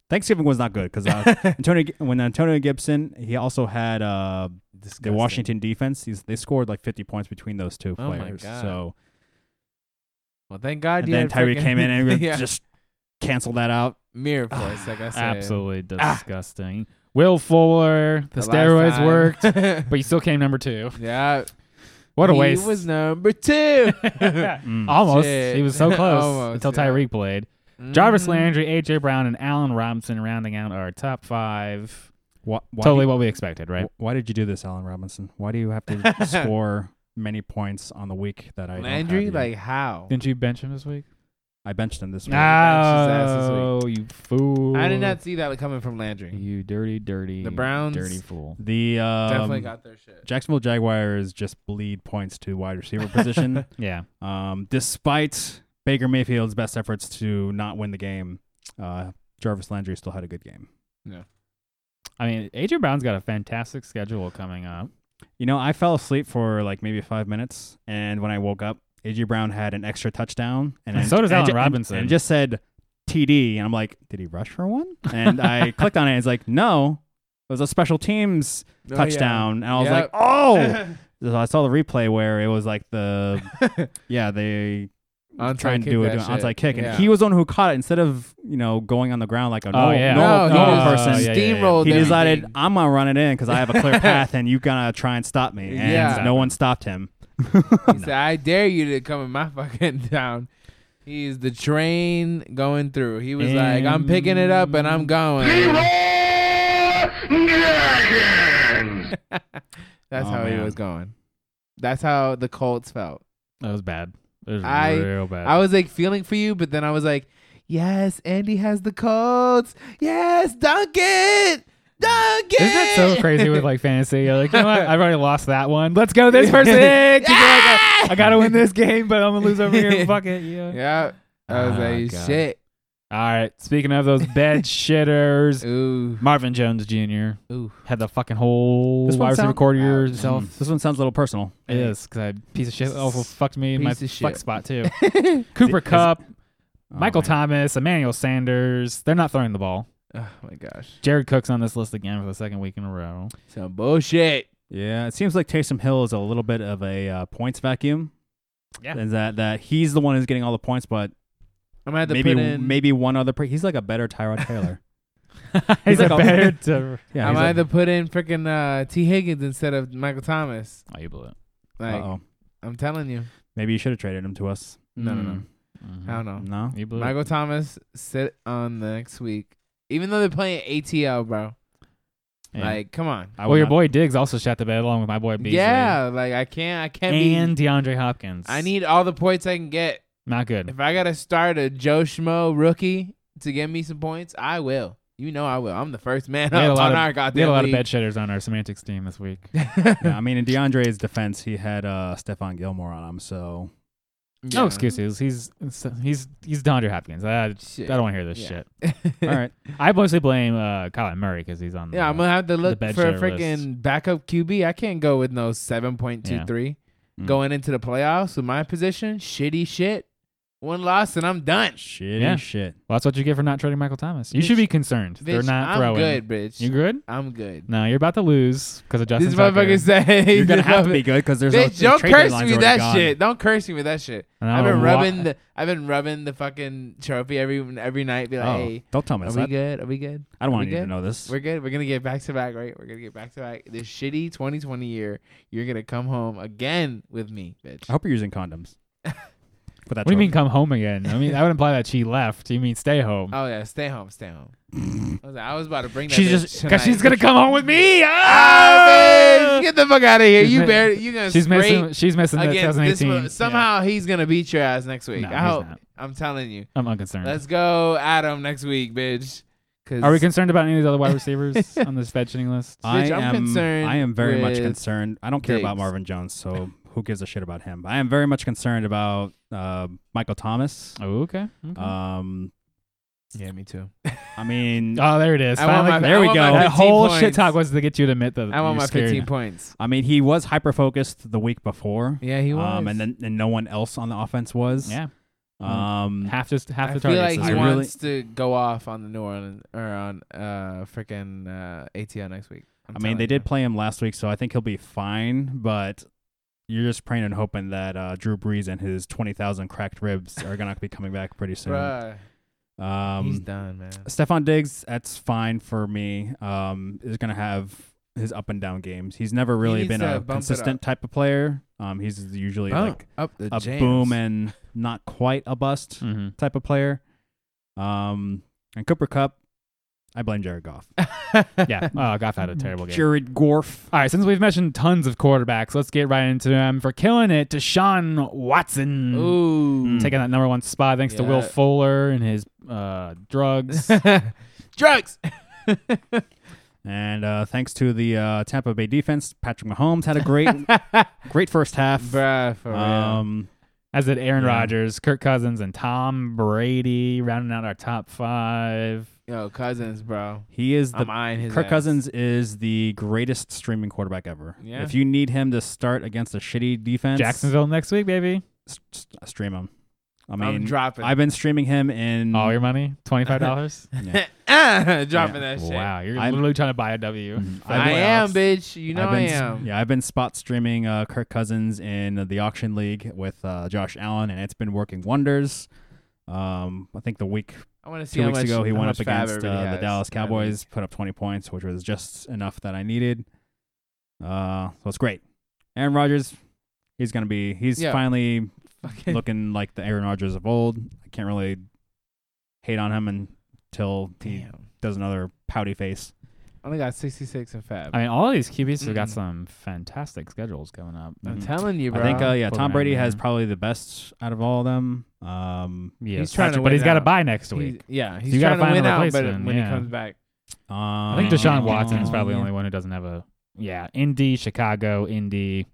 Thanksgiving was not good because uh, Antonio Gi- when Antonio Gibson he also had uh the
Disgusting.
Washington defense, he's, they scored like 50 points between those two
Oh my
players.
God.
So
<laughs> Well, thank God.
and
you
then
had
Tyree
freaking- <laughs>
came in and
yeah.
just canceled that out. <sighs>
mirror voice, like I said.
Absolutely
Ah.
disgusting. Will Fuller, the,
last
steroids
time. <laughs>
worked, but you still came number two.
yeah.
What a
he
waste.
was number
<laughs>
two.
<laughs>
Mm.
Almost.
Shit.
He was <laughs> so close
Almost,
until
yeah.
Tyreek played. Jarvis
Mhm.
Landry, AJ Brown, and Allen Robinson rounding out our top five.
Why, why
totally
do you-
what we expected, right?
Why did you do this, Allen Robinson? Why do you
<laughs>
have to score many points on the week that I don't have
Landry,
you?
like how?
Didn't you bench him this week?
I benched him this week.
ass this
No, you fool!
I did not see that coming from Landry.
You dirty, dirty.
The Browns
dirty fool.
The um,
Definitely got their shit.
Jacksonville Jaguars just bleed points to
<laughs>
wide receiver
Oh,
position,
Yeah,
um, despite Baker Mayfield's best efforts to not win the game. Uh, Jarvis Landry still had a good game.
I mean, AJ Brown's got a fantastic schedule coming up.
You know, I fell asleep for like maybe five minutes, and when I woke up, AJ Brown had an extra touchdown, and,
And <laughs> so does Allen
and-
Robinson.
and, it just said TD, and I'm like, did he rush for one? And
<laughs>
I clicked on it, and it's like, no, it was a special teams
Oh, yeah. <laughs>
touchdown, and I was
Yep.
like,
<laughs>
oh. so I saw the replay where it was like the yeah they.
Onside
trying to
kick
do
that
an
shit.
onside kick, and
Yeah.
he was the one who caught it instead of you know going on the ground like a
oh
normal,
yeah,
normal,
No,
normal
yeah.
person.
Oh, yeah, steamrolled
He
Everything. <laughs>
decided I'm gonna run it in because I have a clear path, and you gotta try and stop me. And
Yeah.
no one stopped him.
He said, I dare you to come in my <laughs> fucking town. He's the train going through. He was like, I'm picking it up and I'm going. <laughs> That's
Oh,
how he
man.
was going. That's how the Colts felt.
That was bad. It was
I-
real bad.
I was like feeling for you, but then I was like, yes, Andy has the Colts. Yes, dunk it. Dunk it.
Isn't that
<laughs>
so crazy with like fantasy? You're like, you know what? I've already lost that one. Let's go
<laughs>
this person. <laughs> 'Cause you're like, I, I gotta win this game, but I'm gonna lose over here. Fuck it. Yeah.
Yeah. I was
Ah,
like,
God.
shit.
All right. Speaking of those bed shitters,
Ooh.
Marvin Jones Jr.
Ooh.
had the fucking whole
This one
wide receiver
sound-
corridor
Ouch.
himself.
This one sounds a little personal.
It is because I piece of shit awful fucked me in my
Piece of
fuck
shit.
spot too. Cooper
Is-
Cup, Michael
Thomas.
Thomas, Emmanuel Sanders. They're not throwing the ball.
oh my gosh.
Jared Cook's on this list again for the second week in a row.
Some bullshit.
Yeah, it seems like Taysom Hill is a little bit of a uh, points vacuum.
Yeah.
and that that he's the one who's getting all the points, but
I'm gonna have to
maybe
put in.
maybe one other. Pre- he's like a better Tyrod
<laughs>
Taylor.
He's
like
a
a-
better. to-
yeah,
I'm
he's
gonna
like,
have to put in freaking uh, T Higgins instead of Michael Thomas.
oh, you blew it.
Like
uh-oh.
I'm telling you,
maybe you should have traded him to us. Mm,
no, no, no.
Mhm.
I don't know.
No,
You blew it.
Michael Thomas sit on the next week, even though they're playing ATL, bro.
Yeah.
Like, come on.
I
well,
would
your
not-
boy Diggs also shot the bed along with my boy Beasley.
Yeah, like I can't, I can't
and
be.
DeAndre Hopkins.
I need all the points I can get.
not good.
If I gotta start a Joe Schmo rookie to get me some points, I will. You know I will. I'm the first man
We had a
up
lot
on
of-
our
We had
goddamn
a lot of
league.
bed shedders on our semantics team this week.
<laughs>
yeah, I mean, in DeAndre's defense, he had uh, Stefan Gilmore on him, so
No
Yeah.
excuses. He's he's he's DeAndre Hopkins. I, I
Shit. <laughs>
don't want to hear this
Yeah.
shit.
all right.
I mostly blame uh, Colin Murray because he's on. the-
Yeah, I'm gonna have to look
bed
for a
share
freaking
list.
backup QB. I can't go with no seven point two three
Mm.
going into the playoffs with my position. Shitty shit. One loss and I'm done.
Shitty
Yeah.
shit.
Well, that's what you get for not trading Michael Thomas. You should be concerned. They're
Bitch,
not
I'm
throwing.
good, bitch.
You good?
I'm good.
No, you're about to lose because of Justin
this
Tucker.
motherfucker said
You're gonna have to be good because there's
Bitch,
no
don't
trade deadline's
curse me with
already
that
gone.
shit. Don't curse me with that shit.
And I
I've
don't
been
know why-
rubbing the I've been rubbing the fucking trophy every every night. Be like,
Oh,
hey,
don't tell
are
me this.
we
I,
good? Are we good?
I don't
Are
want
we
you to
good?
know this.
We're good. We're gonna get back to back, right? We're gonna get back to back. This shitty 2020 year, you're gonna come home again with me, bitch.
Oh.
I hope you're
<laughs>
using condoms. For that
What do you
trophy.
mean come home again? I mean, that would imply that she left. You mean stay home?
Oh yeah, stay home,
<laughs>
stay home. I was, like, I was about to bring that.
she's
bitch
just because she's gonna
tonight.
come home with me.
Ah,
Ah!
bitch, get the fuck out of here.
She's
you
mi-
barely you gonna
She's
scrape
missing. She's missing the
against this
2018.
one. Somehow he's gonna beat your ass next week.
No,
I
he's
hope.
not.
I'm telling you.
Yeah. I'm unconcerned.
Let's go, Adam, next week, bitch. 'Cause-
Are we concerned about any of the other
<laughs>
wide receivers on this fetching list?
I
Bitch, I'm
am
concerned
I am very much
with
concerned. I don't care about
Diggs.
Marvin
<laughs>
Jones, so who gives a shit about him? I am very much concerned about uh, Michael Thomas.
Oh, okay. okay.
Um,
yeah, me <laughs> too.
I mean,
oh, there it is.
I want
Finally-
my-
there
I
we
want
go.
my
That
15
whole
points.
shit talk was to get you to admit that
I want
you're
my
scared.
15 points.
I mean, he was hyper focused the week before,
Yeah, he was.
um, and then and no one else on the offense was.
Yeah, Mm-hmm.
Um,
half just half
I
the
feel
targets.
like
this
he
I
year.
really-
wants to go off on the New Orleans or on uh freaking uh ATL next week. I'm
I mean,
telling
they did
you.
play him last week, so I think he'll be fine. But you're just praying and hoping that uh, Drew Brees and his twenty thousand cracked ribs are gonna be coming back pretty soon.
Bruh,
Um,
he's done, man.
Stefan Diggs, that's fine for me. Um, is gonna have his up and down games. He's never really
needs
been
to
a
uh, bump it up.
consistent type of player. Um, he's usually like
up the Hmm.
a
jams. <laughs>
boom and not quite a bust
Mhm.
type of player. Um, and Cooper Cup, I blame Jared Goff.
Yeah. Oh, Goff had a terrible game.
Jared Gorf.
All right, since we've mentioned tons of quarterbacks, let's get right into them. For killing it, Deshaun Watson
Ooh.
taking that number one spot thanks to Will
Yeah.
Fuller and his uh,
<laughs>
drugs.
Mm.
Drugs.
And uh, thanks to the uh, Tampa Bay defense, Patrick Mahomes had
<laughs>
a great, great first half.
Bruh, for real.
Um,
As did Aaron
Yeah.
Rodgers, Kirk Cousins, and Tom Brady, rounding out our top five.
Yo, cousins, bro.
he is the
I'm eyeing his
Kirk
ass.
Cousins is the greatest streaming quarterback ever.
Yeah.
If you need him to start against a shitty defense,
Jacksonville next week, baby.
s- s- uh, stream him. I
I am
mean,
dropping. Oh,
I've been streaming him
Mm.
in.
All your money, twenty five
<laughs>
dollars.
yeah.
Ah, <laughs> dropping that shit.
wow, you're
I'm-
literally trying to buy a W.
Mhm.
for the
I am,
playoffs.
bitch. You know
I've
I
been,
am.
Yeah, I've been spot streaming uh, Kirk Cousins in the auction league with uh, Josh Allen, and it's been working wonders. Um, I think the week
I want to see
two
how
weeks
much,
ago he
how
went
much
up
fab
against
everybody
uh, the
has
Dallas
that week.
Cowboys, put up 20 points, which was just enough that I needed. Uh, so it's great. Aaron Rodgers, He's gonna be. He's
<laughs>
Yeah.
finally
Fucking
looking like the Aaron Rodgers of old. I can't really hate on him until he
damn.
does another pouty face.
Only got 66 in Fab.
I mean, all of these QBs have got
Mm-mm.
some fantastic schedules going up.
I'm
Mhm.
telling you, bro.
I think uh, yeah,
Poor
Tom
man,
Brady has
yeah.
probably the best out of all of them. Um,
Yeah,
He's trying to
but
win
he's got to
out.
buy next
He's-
week.
yeah, he's
you gotta
trying to
find
win
a
out, but
replacement,
when he
yeah.
comes back,
I think
Mm-hmm.
Deshaun Watson is
um,
probably the
yeah.
only one who doesn't have a yeah. Indy, Chicago, Indy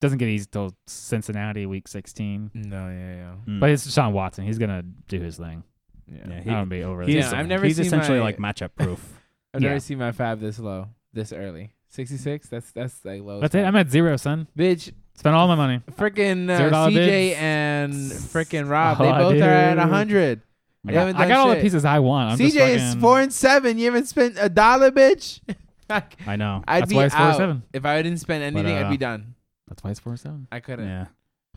doesn't get easy till Cincinnati week sixteen.
no, yeah,
mm.
But it's Deshaun Watson. He's gonna do his thing.
yeah,
Yeah,
He,
He-
I would be over.
he's,
this.
Yeah, I've never
he's
seen
essentially
my-
like matchup proof.
I've
yeah.
never seen my Fab this low, this early. 66. That's that's like low.
That's it. I'm at zero, son.
bitch.
Spent all my money.
Freaking
Zero
uh,
dollar
CJ
bids.
and freaking Rob, <laughs> they
Oh,
both are at
dude.
100.
I
They
got,
haven't
I
done
got all the
shit.
pieces I want. I'm just
CJ is
fucking-
four and seven. You haven't spent a dollar, bitch. <laughs> Fuck.
<laughs>
I know.
I'd
That's
be
why it's four oh
out.
seven.
If I didn't spend anything, I'd
uh,
be done.
That's why it's
oh
four seven.
I couldn't.
Yeah.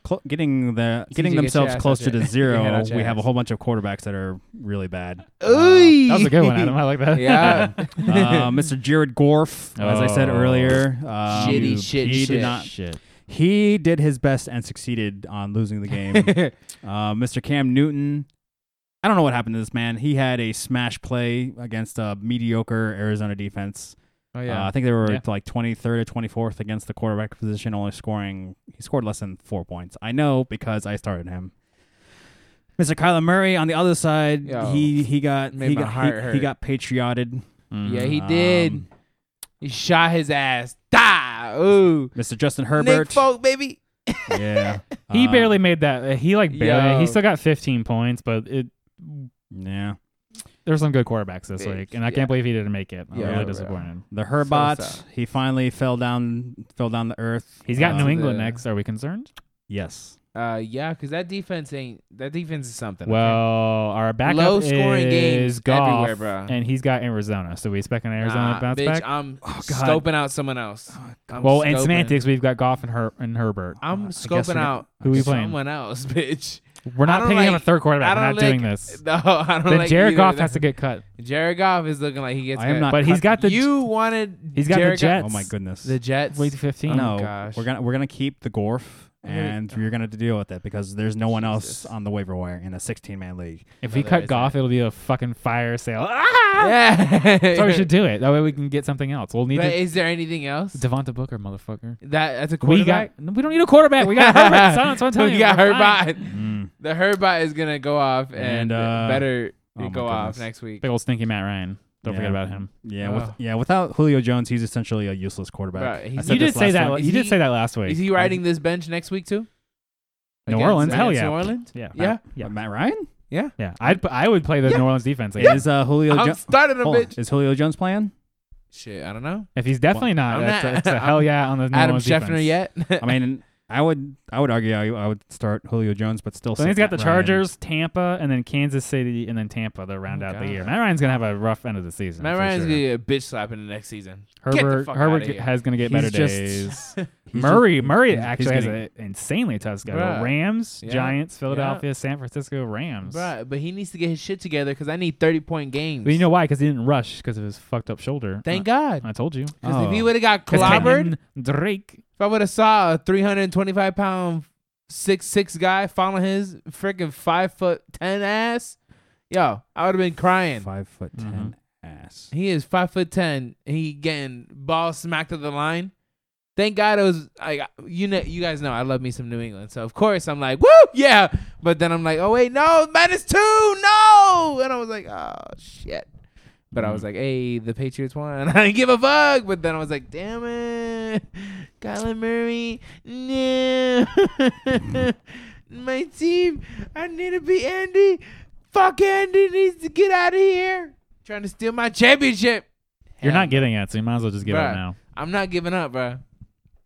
Cl- getting the
It's
getting
easy to <laughs> get your
themselves
ass out
closer
your-
to
your head
zero,
out your
we have a
ass.
whole bunch of quarterbacks that are
<laughs>
really bad.
Ooh,
That was a good
<laughs>
one, Adam. I like that. <laughs>
yeah.
Uh, Mr. Jared Gorf, as I said
Oh.
earlier, um,
Shitty
you-
shit,
He
shit.
did not.
Shit.
He did his best and succeeded on losing the game.
<laughs>
uh, Mr. Cam Newton, I don't know what happened to this man. He had a smash play against a mediocre Arizona defense.
oh
Uh,
yeah.
I think they were
Yeah.
like 23rd or 24th against the quarterback position, only scoring, he scored less than four points. I know because I started him. Mr. Kyler Murray on the other side,
Yo,
he he got
made
he
my
got
heart
he, he
hurt.
got patrioted.
yeah,
Mhm.
he did.
Um,
He shot his ass. Die. Ooh.
Mr. Justin Herbert,
Nick Folk, baby.
yeah,
<laughs> He
Uh,
barely made that. uh, He like barely. He
Yo.
still got 15 points, but it
yeah.
there were some good quarterbacks this
Bitch,
week, and I
yeah.
can't believe he didn't make it. I'm
Yeah,
really
bro.
disappointed.
The Herbot,
sad.
he finally fell down fell down the earth.
He's got
Uh,
New England
the-
next. Are we concerned?
Yes,
Uh, yeah, because that defense ain't that defense is something. okay?
Well, our backup
Low scoring
is
games
golf,
everywhere, bro.
and he's got Arizona. So we expect an Arizona
Nah,
bounce
bitch,
back.
I'm
Oh, God. Oh,
scoping out someone else. I'm
well, in
scoping-
semantics, we've got golf and Her and Herbert.
I'm
I guess
scoping
we're not-
out
who we playing.
someone else, <laughs> bitch.
We're not
don't
picking up a
like-
third quarterback.
I
We're
don't
not doing
like-
this.
No, I don't.
Then
like
Jared
either
Goff
of
has to
them.
get cut.
Jared Goff is looking like he gets.
I am
cut.
not
But he's
cut-
got the
you wanted.
he's got the
Jared Goff-
Jets.
Oh my goodness.
The Jets.
Week 15.
no,
gosh.
we're gonna we're gonna keep the Gorf,
We're gonna-
and you're gonna have to deal with it because there's no one else
Jesus.
on the waiver wire in a 16 man league.
If we
No, there
cut
isn't.
Goff, it'll be a fucking fire sale. Ah!
<laughs> Yeah.
So we should do it. That way we can get something else. We'll need
But
to,
is there anything else?
Devonta Booker, motherfucker.
That that's a
We
quarterback.
got. no, We don't need a quarterback. We
<laughs>
got Herbert. Son, that's what I'm telling
we
you.
got
We're fine.
Herbot. The Herbot is gonna go off and,
And, uh,
better
oh my
go off
goodness.
next week.
Big old stinky Matt Ryan. Don't forget
Yeah.
about him.
Yeah, with,
Ugh.
yeah. Without Julio Jones, he's essentially a useless quarterback.
Right, he's-
I said
You
this
did say
last
that.
time.
la-
Is
You did
he-
say that last week.
Is he riding this bench next week too?
New
Against-
Orleans? Hell
against
yeah.
New Orleans.
Yeah.
Yeah.
Yeah.
Matt Ryan
Yeah. I'd. pu- I would play the
Yeah.
New Orleans defense. again.
is uh, Julio
I'm
Jones.
starting
Oh.
a bitch.
Is Julio Jones playing?
Shit, I don't know.
If he's definitely not,
<laughs> I'm
that's a,
not-
it's a hell yeah on the New
Adam
Orleans
Scheffner
defense.
yet?
I mean, I would I would argue I, I would start Julio Jones, but still.
So then he's
sit
got the
Matt Ryan.
Chargers, Tampa, and then Kansas City, and then Tampa to round
Oh,
out
God.
the year. Matt Ryan's gonna have a rough end of the season.
<laughs> Matt
for
Ryan's
sure.
gonna get a bitch slap in the next season. Get the
Herbert
fuck
Herbert
outta here.
has gonna get
He's
better
just-
days.
<laughs> He's just-
Murray Murray
he's- he's
actually has
getting-
an insanely tough schedule.
Bruh.
Rams,
Yeah.
Giants, Philadelphia, San Francisco Rams.
Bruh, but he needs to get his shit together because I need thirty point games.
But you know why? Because he didn't rush because of his fucked up shoulder.
Thank
I,
God.
I told you.
Because
Oh.
if he would have got
'Cause
clobbered,
Kenyon Drake.
if I would have saw a three hundred and twenty five pound six six guy following his freaking five foot ten ass, yo, I would have been crying.
five foot 10
Mhm.
ass.
He is five foot ten. He getting ball smacked at the line. Thank God it was like you know you guys know I love me some New England, so of course I'm like woo yeah. But then I'm like oh wait no minus two no, and I was like oh shit. But I was like hey the Patriots won. <laughs> I didn't give a fuck. But then I was like damn it, Kyler Murray no. <laughs> My team I need to be Andy. Fuck Andy needs to get out of here. Trying to steal my championship.
You're
Hell
not getting it, so you might as well just give up
Bruh.
now.
I'm not giving up, bro.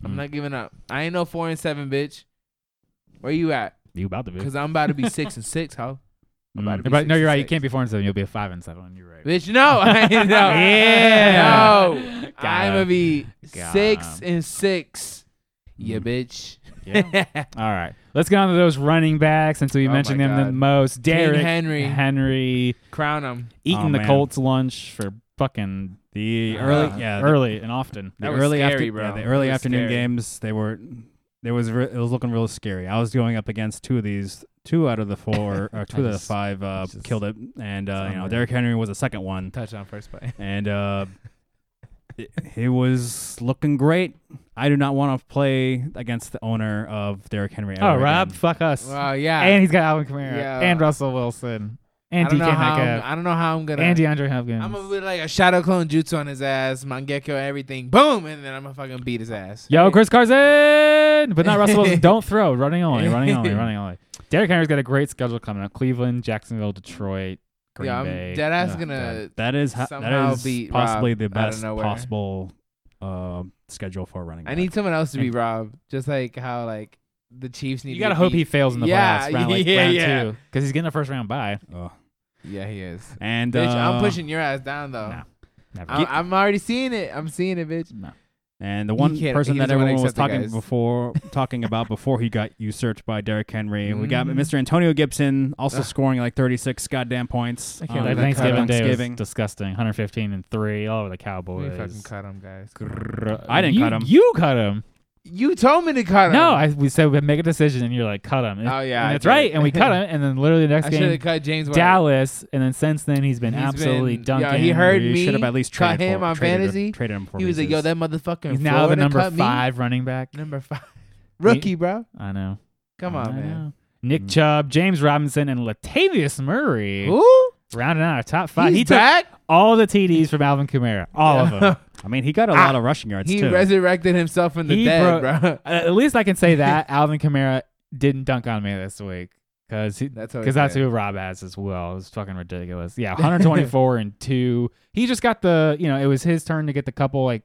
I'm
Mm.
not giving up. I ain't no four and seven, bitch. Where you at?
You about to be. Mm.
Because I'm about
<laughs>
to be six and six, ho. I'm about to be
But Hmm. no,
six
you're
and
right. You
six.
can't be four and seven. You'll be a five and seven. You're right.
Bitch, <laughs> no. I ain't, no.
<laughs> Yeah.
No.
Got
I'm
him.
going to be
Got
six
him. Hmm.
and six. Yeah,
Mm.
bitch. <laughs>
Yeah. All right. Let's get on to those running backs since we
Oh
mentioned
my
them the
God.
most. Derrick
Henry.
Henry
Crown him.
eating
Oh,
the
man.
Colts lunch for fucking
The
Uh,
early, yeah, the-
early and often.
the,
That was
early
scary,
after-
bro.
yeah, the
That
early
was
afternoon
scary.
games, they were There was re- it was looking real scary. I was going up against two of these, two out of
<laughs>
the four, or two
I
of the
just-
five uh,
it's just-
killed it, and uh,
it's
you know
unreal.
Derrick Henry was the
<laughs>
second one,
Touchdown first play.
and uh, it, it was looking great. I do not want to play against the owner of Derrick Henry.
Oh,
ever
Rob,
again.
fuck us.
Well, yeah.
and he's got Alvin Kamara
Yeah.
and Russell Wilson and
I don't
DK
know how I'm,
Metcalf
I don't know how I'm gonna.
and DeAndre Hopkins.
I'm gonna be like a shadow clone jutsu on his ass, Mangekyo, everything, boom, and then I'm gonna fucking beat his ass.
Yo, Chris Carson, but not Russell
<laughs>
Wilson. Don't throw. Running only. Running only. Running only. Derrick Henry's got a great schedule coming up: Cleveland, Jacksonville, Detroit, Green
yeah, I'm
Bay.
dead ass
Ugh,
gonna.
that- that is ho-
uh, somehow
that is
beat
possibly
Rob
the
out of
best
nowhere.
possible uh, schedule for a running.
I
back.
need someone else to be Rob, just like how like the Chiefs need.
you
to
gotta
get
hope he
beat.
fails in the
Yeah,
playoffs round, like,
yeah,
round
yeah.
two because he's getting a first round bye.
Ugh.
Yeah, he is.
and
Bitch,
uh,
I'm pushing your ass down though.
Nah, Never.
I'm, I'm already seeing it. I'm seeing it, bitch.
No.
And the
He
one
can't-
person
he
that
doesn't wanna
everyone was
accept it,
talking
guys.
before talking
<laughs>
about before he got usurped by Derrick Henry, we got
Mhm.
Mr. Antonio Gibson also
Ugh.
scoring like 36 goddamn points.
I can't
on
believe
That
that
Thanksgiving
cut.
Day
Thanksgiving.
was disgusting. 115 and three all over the
We
Cowboys.
fucking cut him, guys.
Grrr.
I didn't
You-
cut him.
You cut him.
You told me to cut him.
No, I, we said we make a decision, and you're like, cut him.
Oh yeah,
and
I
that's
did.
right. And we cut him, and then literally the next
<laughs> I should
game,
have cut James. White.
Dallas, and then since then he's been
He's
absolutely
been-
dunking.
yeah, he heard
We
me,
should have at least
cut
traded
him
for,
on
traded him-
fantasy.
traded him for
He was like, "Yo,
Reese's.
that motherfucker." in
He's now the
Florida
number
cut me?
five running back.
Number five.
We-
Rookie, bro.
I know.
Come
I
on, Oh, man.
know. Nick
Mm.
Chubb, James Robinson, and Latavius Murray
Who?
rounding out our top five.
He's
he took
back.
all the TDs from Alvin Kamara, all of them.
<laughs>
I mean, he got a lot of rushing yards
Ah, he
too.
resurrected himself from the
He
dead,
bro-
bro. <laughs>
Uh, At least I can say
<laughs>
that Alvin Kamara didn't dunk on me this week because
That's how.
because that's who Rob has as well. It was fucking ridiculous.
<laughs>
Yeah, 124 and two. He just got the you know it was his turn to get the couple like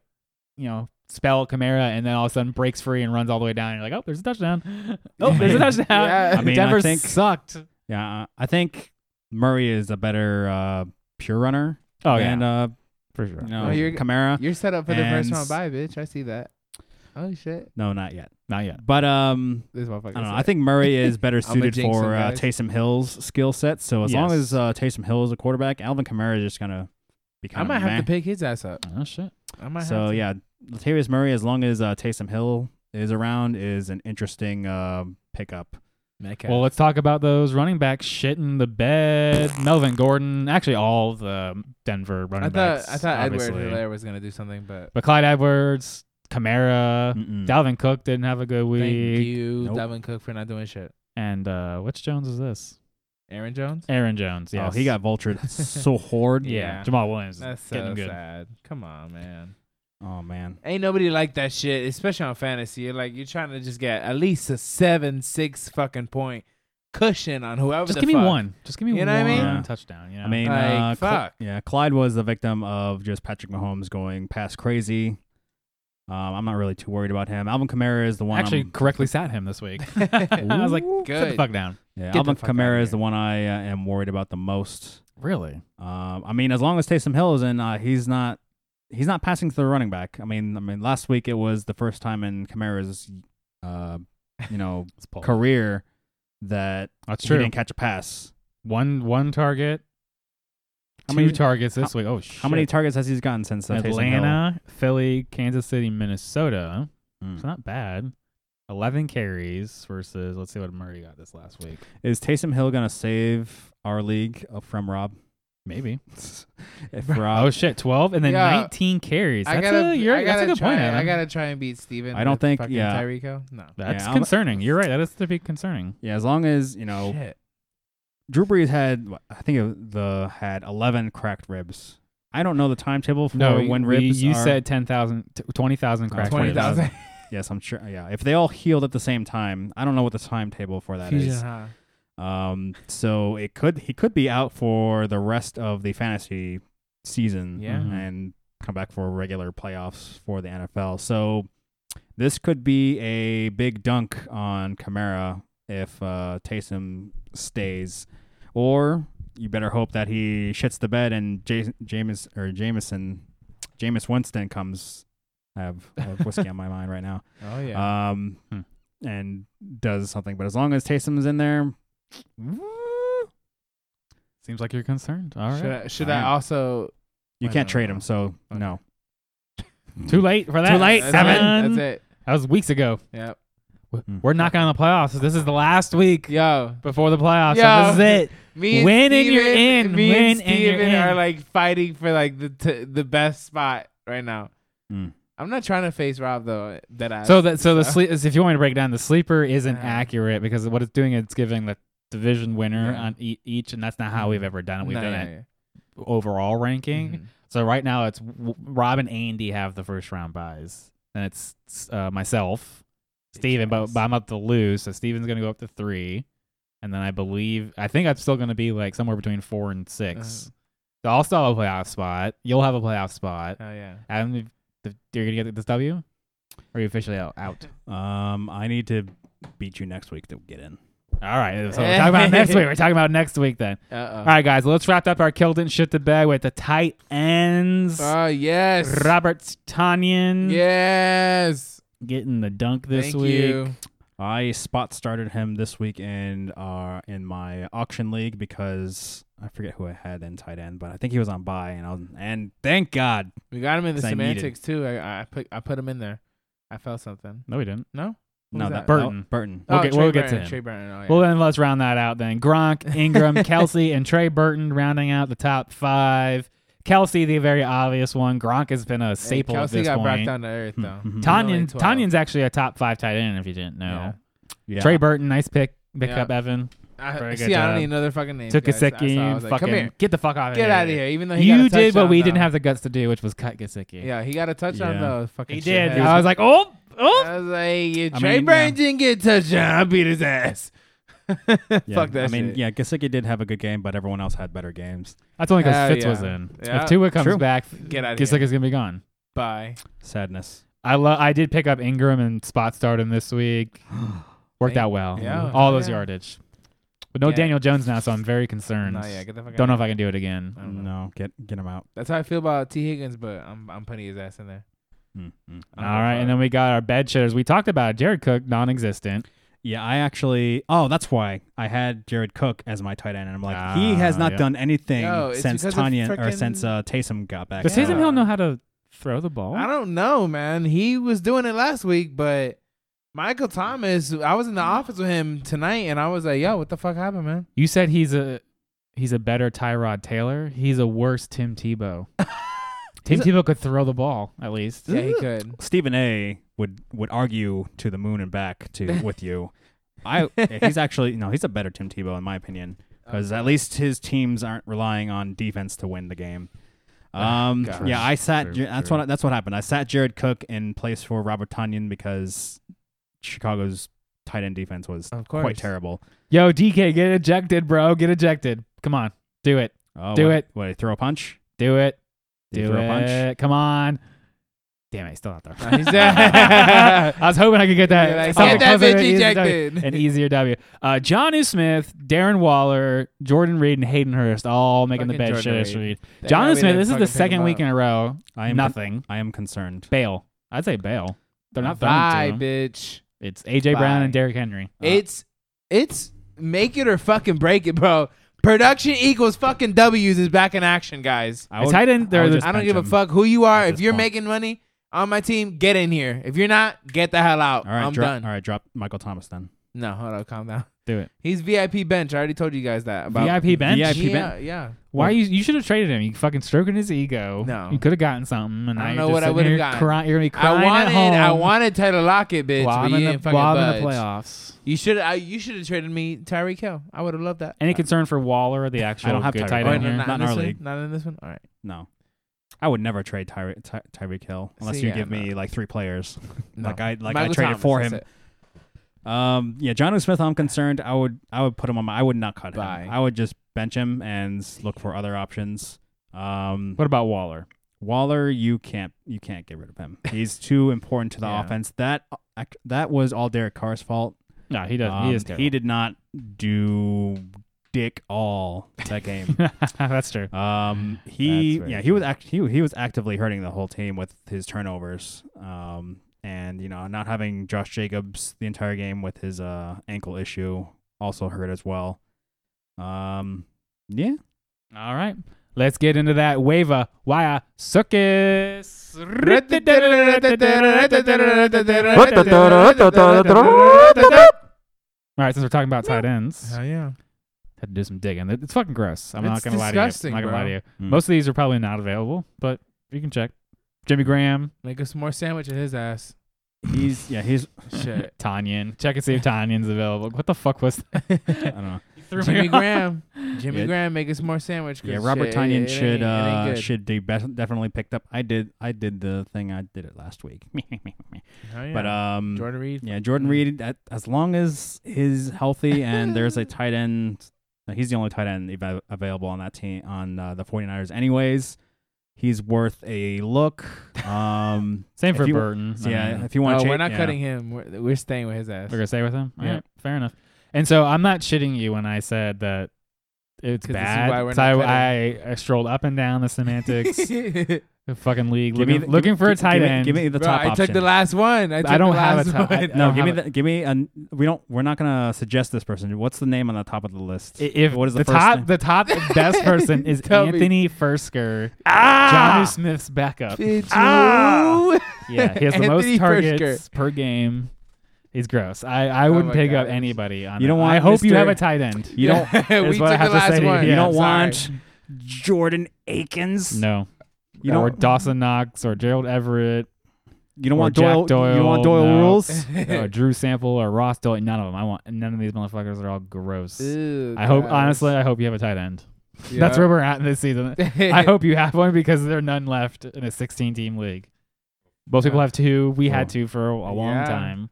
you know spell Kamara and then all of a sudden breaks free and runs all the way down. And you're like, oh, there's a touchdown. <laughs> Oh,
<laughs>
there's a touchdown.
Yeah.
<laughs>
I mean,
Denver
I think-
sucked.
yeah, I think Murray is a better uh, pure runner
Oh yeah,
than uh,
for sure.
you know,
Oh, you're-
Kamara.
You're set up for the
And-
first round bye, bitch. I see that. Oh shit,
No, not yet.
Not yet.
But um,
this motherfucker.
I don't know.
said
I
it.
think Murray
<laughs>
is better
I'ma
suited
jinx
for
him,
uh,
guys.
Taysom Hill's skill set. So as long
Yes.
as uh, Taysom Hill is a quarterback, Alvin Kamara is just gonna be
I
kind
might
of
have to pick his ass up.
Oh shit.
I might have
So
to.
yeah, Latavius Murray, as long as uh, Taysom Hill is around, is an interesting uh, pickup.
Metcalf.
Well, let's talk about those running backs shitting the bed. Melvin Gordon, actually all the Denver running
I thought
backs.
I thought Edward
obviously.
Hilaire was gonna do something, but
But Clyde Edwards,
Uh,
Kamara,
Mm-mm.
Dalvin Cook didn't have a good week.
thank you,
Nope.
Dalvin Cook, for not doing shit.
And uh, which Jones is this?
Aaron Jones.
Aaron Jones.
Oh,
Yes.
he
<laughs>
got vultured so hard.
Yeah.
Yeah.
Jamal Williams. is
That's
getting
so
good.
sad. Come on, man.
Oh man.
Ain't nobody like that shit, especially on fantasy. You're like you're trying to just get at least a seven, six fucking point cushion on whoever.
Just
the
give me
fuck.
one. Just give me
You know what
one
I
mean? Yeah.
touchdown. You know?
I mean, uh,
Like,
Cl-
fuck.
yeah, Clyde was the victim of just Patrick Mahomes going past crazy. Um, I'm not really too worried about him. Alvin Kamara is the one.
actually
I'm-
correctly sat him this week. I was like, sit the
<laughs> Good.
fuck down.
yeah,
the
Alvin
fuck outta
Kamara is
here.
the one I uh, am worried about the most.
Really?
Um, I mean, as long as Taysom Hill is in, uh, he's not he's not passing to the running back. I mean, I mean, last week it was the first time in Kamara's uh,
<laughs>
you know
It's Paul.
career that
That's
he
true.
didn't catch a pass.
One one target.
How
two
many-
targets this week? Oh shit!
How many targets has he gotten since uh, Taysom Hill?
Atlanta, Philly, Kansas City, Minnesota. It's
Mm.
not bad. Eleven carries versus let's see what Murray got this last week.
Is Taysom Hill gonna save our league <laughs> uh, from Rob?
Maybe. <laughs>
if
Oh
Rob,
shit, twelve and then
Yeah.
nineteen carries.
I
That's
gotta,
a you're,
I gotta
that's a good
try,
point.
I
Adam.
gotta try and beat Steven.
I don't
with
think-
fucking
yeah.
Tyreeco. No.
That's
Yeah, I'm-
concerning. You're right. That is to be concerning.
yeah, as long as you know
Shit.
Drew Brees had, what, I think it- the had eleven cracked ribs. I don't know the timetable for when
we-
ribs.
you
are-
said 10,000, t- 20,000
Oh,
cracked.
20,000.
Yes, I'm sure. Yeah, if they all healed at the same time, I don't know what the timetable for that is.
Fusion, huh?
Um, so it could he could be out for the rest of the fantasy season.
Yeah.
Mhm.
and come back for regular playoffs for the NFL. So this could be a big dunk on Kamara if uh, Taysom stays, or you better hope that he shits the bed and Jason, James or Jameson, Jameis Winston comes. I have, I have whiskey on my mind right now
Oh <laughs> yeah.
um,
Hmm.
and does something. But as long as Taysom's in there,
Seems like you're concerned. All right.
Should I, should
I
I
am.
also?
you
I
can't
know.
trade him. So
Okay.
no.
Too late for that.
late,
That's
Seven.
It. That's it.
That was weeks ago.
Yep.
Mm.
We're knocking on the playoffs. This is the last week
Yo,
before the playoffs.
Yo.
So this is it.
me and
Win and you're
Steven-
in.
Me and
Win and you're
Steven are
in.
like fighting for like the t- the best spot right now.
Mm.
I'm not trying to face Rob though. That I
So that so the sleep if you want me to break it down, the sleeper isn't
Yeah.
accurate because what it's doing it's giving the division winner
Yeah.
on e- each, and that's not how
Mm-hmm.
we've ever done it. We've
No,
done
yeah,
it overall ranking.
Mhm.
So right now it's w- Rob and Andy have the first round buys, and it's uh, myself, Steven, but,
ass.
but I'm up to lose, so Steven's gonna go up to three, and then I believe I think I'm still gonna be like somewhere between four and 6
Uh-huh.
So I'll still have a playoff spot. You'll have a playoff spot.
Oh yeah.
Adam, if- if you're gonna get this W, or are you officially out? out?
Um, I need to beat you next week to get in.
All right, so we're
Eh.
talking about next week. We're talking about next week then.
Uh
All right, guys, let's wrap up our Kilden shit to bed with the tight ends.
Oh yes.
Robert Tanyan
Yes.
getting the dunk this
Thank
week.
you.
I spot started him this week in uh in my auction league because I forget who I had in tight end, but I think he was on buy and I was, and thank God.
We got him in the
Cause I needed-
semantics too. I, I put I put him in there. I felt something.
No, we didn't.
No. Who
no,
was
that,
Burton. Uh,
no, Burton.
We'll
oh,
get-
Trey
we'll get to
Burton.
him.
Trey Burton. Oh, yeah.
Well, then let's round that out then. Gronk, Ingram,
<laughs>
Kelsey, and Trey Burton rounding out the top five. Kelsey, the very obvious one. Gronk has been a
Hey,
staple
Kelsey
at this
got brought
point.
down to earth
Hmm,
though.
mhm.
He's only
Tanyan,
12.
Tanyan's actually a top five tight end if you didn't know.
Yeah.
Trey Burton, nice pick. Pick
Yeah.
up Evan.
I,
Very
see,
good
I
job.
don't need another fucking name.
Took a
guys. I saw-
Gasicki.
I was like,
fucking
Come here.
get the fuck out of here.
Get out of here. Even though he
you
got a
did what
touchdown,
we
though.
didn't have the guts to do, which was cut Gasicki.
<laughs> Yeah, he got a touchdown
Yeah.
though. Fucking
he did.
shithead.
I was like, oh, oh.
I was like, if
I
Trey
mean,
Burton
yeah.
didn't get a touchdown, I beat his ass. <laughs>
Yeah.
Fuck that
I mean,
shit.
yeah, Gasicki did have a good game, but everyone else had better games.
That's only because
Hell
Fitz
yeah.
was in.
Yeah.
If Tua comes
True.
back,
Get outta here.
Gasicki's gonna be gone.
Bye.
Sadness.
I love. I did pick up Ingram and spot start him this
<gasps>
week. Worked
Thank-
out well.
yeah,
all those
yeah.
yardage. But no
Yeah.
Daniel Jones now, so I'm very concerned.
No, yeah, get the fuck
Don't know
out.
if I can do it again.
I don't know.
No, get get him out.
That's how I feel about T Higgins, but I'm I'm putting his ass in there.
Mm, mm.
All
I don't know if
right,
I-
and then we got our bed shitters. We talked about it. Jared Cook, non-existent.
Yeah, I actually. Oh, that's why I had Jared Cook as my tight end, and I'm like, he
Ah,
has not
yeah.
done anything
No, it's
since
because of
Tanya or
frickin-
since uh, Taysom got back.
Does
Yeah.
Taysom Hill know how to throw the
I
ball?
don't know, man. He was doing it last week, but Michael Thomas, I was in the office with him tonight, and I was like, "Yo, what the fuck happened, man?"
You said he's a he's a better Tyrod Taylor. He's a worse Tim
<laughs>
Tebow. Tim
He's a-
Tebow could throw the ball at least.
Yeah, he could.
Stephen A. would would argue to the moon and back
<laughs>
to with you. I he's actually no, he's a better Tim Tebow in my opinion because at least his teams aren't relying on defense to win
<laughs>
the game.
Ah,
Um,
gosh.
yeah, I sat.
True,
Jar- that's
true.
what that's what happened. I sat Jared Cook in place for Robert Tanyan because Chicago's tight end defense was
<laughs> of course,
quite terrible.
Yo, DK, get ejected, bro. Get ejected. Come on, do it.
Oh,
Do
what-
it.
What throw a punch?
Do it.
Did he
Do
throw
it.
a punch?
Come on. Damn it, he's still out there.
He's dead.
<laughs> I was hoping I could get
You're
that.
like,
something
"Get that
closer to
bitch
an easier W-
ejected."
An easier W. Uh, John U. Smith, Darren Waller, Jordan Reed, and Hayden Hurst all making the
Fucking
bed
Jordan
shit this
Reed.
week.
That
John
guy
U.
we
Smith,
didn't
this is
fucking
the
pick
second
him
week in
up.
a row.
I am
Nothing.
I am concerned.
Bail. I'd say bail. They're not throwing to
Bye,
him.
bitch.
It's AJ Brown
Bye.
and Derrick Henry.
It's it's make it or fucking break it, bro. Production equals fucking W's is back in action, guys.
I
The
would-
tight end,
I
they're
would
the
just
I don't
bench
give a
him.
fuck who you are.
at
If
this
you're
point.
making money on my team, get in here. If you're not, get the hell out.
All right,
I'm
drop,
done.
All right, drop Michael Thomas then.
No, hold on, calm down.
do it.
He's VIP bench. I already told you guys that about
VIP bench.
VIP
yeah,
bench.
Yeah,
Why you you should have traded him? You fucking stroking his ego.
No.
you could have gotten something. And
I
now you're
don't know
just
what I
sitting
would've
here
gotten.
Crying, you're gonna be crying
I wanted.
at
I
home
wanted Taylor Lockett, bitch.
while
but
I'm
you
in
didn't
the,
fucking
while I'm in the
budge.
playoffs.
You should. I. You should have traded me Tyreek Hill. I would have loved that.
Any concern for Waller, the actual
I don't have
good
Tyreek.
tight
Oh,
end
no,
here?
not, in
Not in
this
our
one?
league.
Not in this one. All right.
No. I would never trade Tyre- Ty- Tyreek Hill unless
See,
you
yeah,
give me
no.
like three players.
No.
Like I like
Michael
I traded
Thomas,
for
that's
him.
it.
Um, yeah, John Smith. I'm concerned. I would I would put him on. My, I would not cut
Bye.
him. I would just bench him and look for other options. Um,
What about Waller?
Waller, you can't you can't get rid of him. He's too important to
<laughs>
the
Yeah.
offense. That that was all Derek Carr's fault.
No, he does.
Um,
he is terrible.
did not do dick all
<laughs>
that game.
<laughs> That's true.
Um, he
That's very
yeah he was act- he he was actively hurting the whole team with his turnovers. Um, and you know not having Josh Jacobs the entire game with his uh ankle issue also hurt as well. Um, yeah,
All right. let's get into that waiver wire circus. All right, since we're talking about tight ends,
Hell yeah.
had to do some digging. It- It's fucking gross. I'm
It's
not gonna lie to you. I'm
disgusting,
not gonna lie
bro.
to you.
Mm.
Most of these are probably not available, but you can check. Jimmy Graham,
Make us more sandwich at his
<laughs>
ass.
he's yeah he's
Shit.
<laughs> Tanyan. Check and see if Tanyan's available. What the fuck was that?
I
<laughs>
don't know.
You threw me
Jimmy
off.
<laughs>
Graham. Jimmy
Yeah.
Graham, make us more sandwich. 'cause
Yeah, Robert
shit, it-
Tanyan
it ain't-
should
it ain't
uh
good.
should be best, definitely picked up. I did I did the thing I did it last week. <laughs>
Hell yeah.
But um
Jordan Reed.
yeah, Jordan Reed that, as long as he's healthy and there's a tight end uh, he's the only tight end eva- available on that team on uh, the 49ers anyways. He's worth a look. Um
<laughs> Same
If
for
you-
Burton.
so yeah, if you
Oh,
want to
we're not cutting him. We're, we're staying with his ass.
We're gonna stay with him. All right,
Yeah.
fair enough. And so I'm not shitting you when I said that it's
'Cause this is
bad.
why we're
So
not
I, I, I strolled up and down the
<laughs>
semantics, the fucking league,
Give me
looking,
the-
looking for a tight
give me-
end.
give me the
Bro,
top
I took
option.
the last one. I, took
don't
the
have a
last
top- I-
one.
I
no,
don't
give me
have
the, give me an we don't we're not gonna suggest this person. What's the name on the top of the list?
I-
<laughs>
if
what is the,
the,
first
top,
name?
the
<laughs>
top best person is
Tell me. Ah!
Anthony Fursker, Johnny Smith's
<laughs>
backup.
Bitch,
Ah!
you.
Yeah,
<laughs>
he has the
Anthony
most targets
Fursker.
per game. He's gross. I, I
Oh
wouldn't
my
pick up
gosh.
anybody on.
You
that.
don't
I
want
hope you
Mr.
have a tight end.
you don't
<laughs> we
is what I
took
have
the
to say
last
to you.
one.
You
you
Yeah,
don't
Sorry.
want Jordan Aikens.
No.
You
or
don't
Dawson Knox or Gerald
<laughs>
Everett.
you don't
or
want
Jack
Doyle, You don't want
Doyle,
Doyle
no.
rules.
uh,
<laughs>
Drew Sample or Ross Doyle. None of them. I want none of these motherfuckers are all gross.
Ew,
I hope
gross.
honestly, I hope you have a tight end.
Yeah.
That's where
<laughs>
we're at in this season. I hope you have one because there are none left in a 16 team league. Most people
Yeah.
have two. We had
Oh.
two for a, a long
Yeah.
time.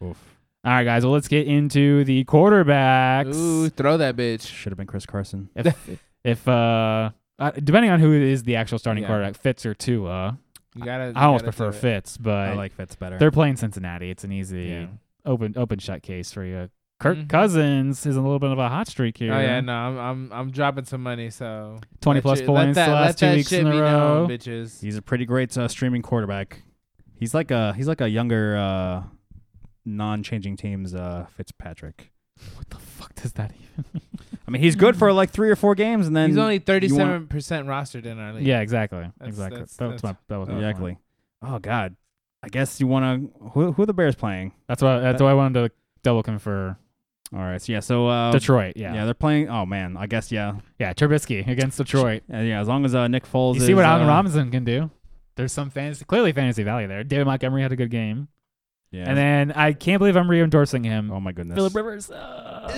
Oof.
All right, guys. Well, let's get into the quarterbacks.
Ooh, throw that bitch.
Should have been Chris Carson.
If, if uh, uh, depending on who is the actual starting
Yeah.
quarterback, Fitz or Tua.
You gotta.
I almost
you gotta
prefer
do it.
Fitz, but
I like Fitz better.
they're playing Cincinnati. It's an easy.
Yeah.
open open shut case for you. Kirk
Mhm.
Cousins is in a little bit of a hot streak
Oh
here.
yeah, no, I'm I'm I'm dropping some money, so
twenty
Let
plus
you- let
points
that-
the
let
last two
that
weeks
shit
in a
be
row.
known, bitches.
he's a pretty great uh, streaming quarterback. He's like a he's like a younger uh, non-changing teams uh, Fitzpatrick.
what the fuck does that even?
I mean, he's good for like three or four games, and then
He's only 37 percent rostered in our league.
Yeah, exactly,
That's-
exactly.
that's-
that was my
that's-
that was my point.
exactly. Oh God, I guess you want to who who are the Bears playing?
That's why that's why I wanted to double confer
All right, so yeah, so
Um,
uh,
Detroit.
Yeah.
Yeah, yeah,
they're playing. Oh man, I guess yeah,
Trubisky against Detroit.
Uh, yeah. As long as uh, Nick Foles,
You
is,
see what
uh,
Allen Robinson can do. There's some fantasy, clearly fantasy value there. David Montgomery had a good game,
Yeah.
and then I can't believe I'm re-endorsing him.
oh my goodness,
Philip Rivers. uh,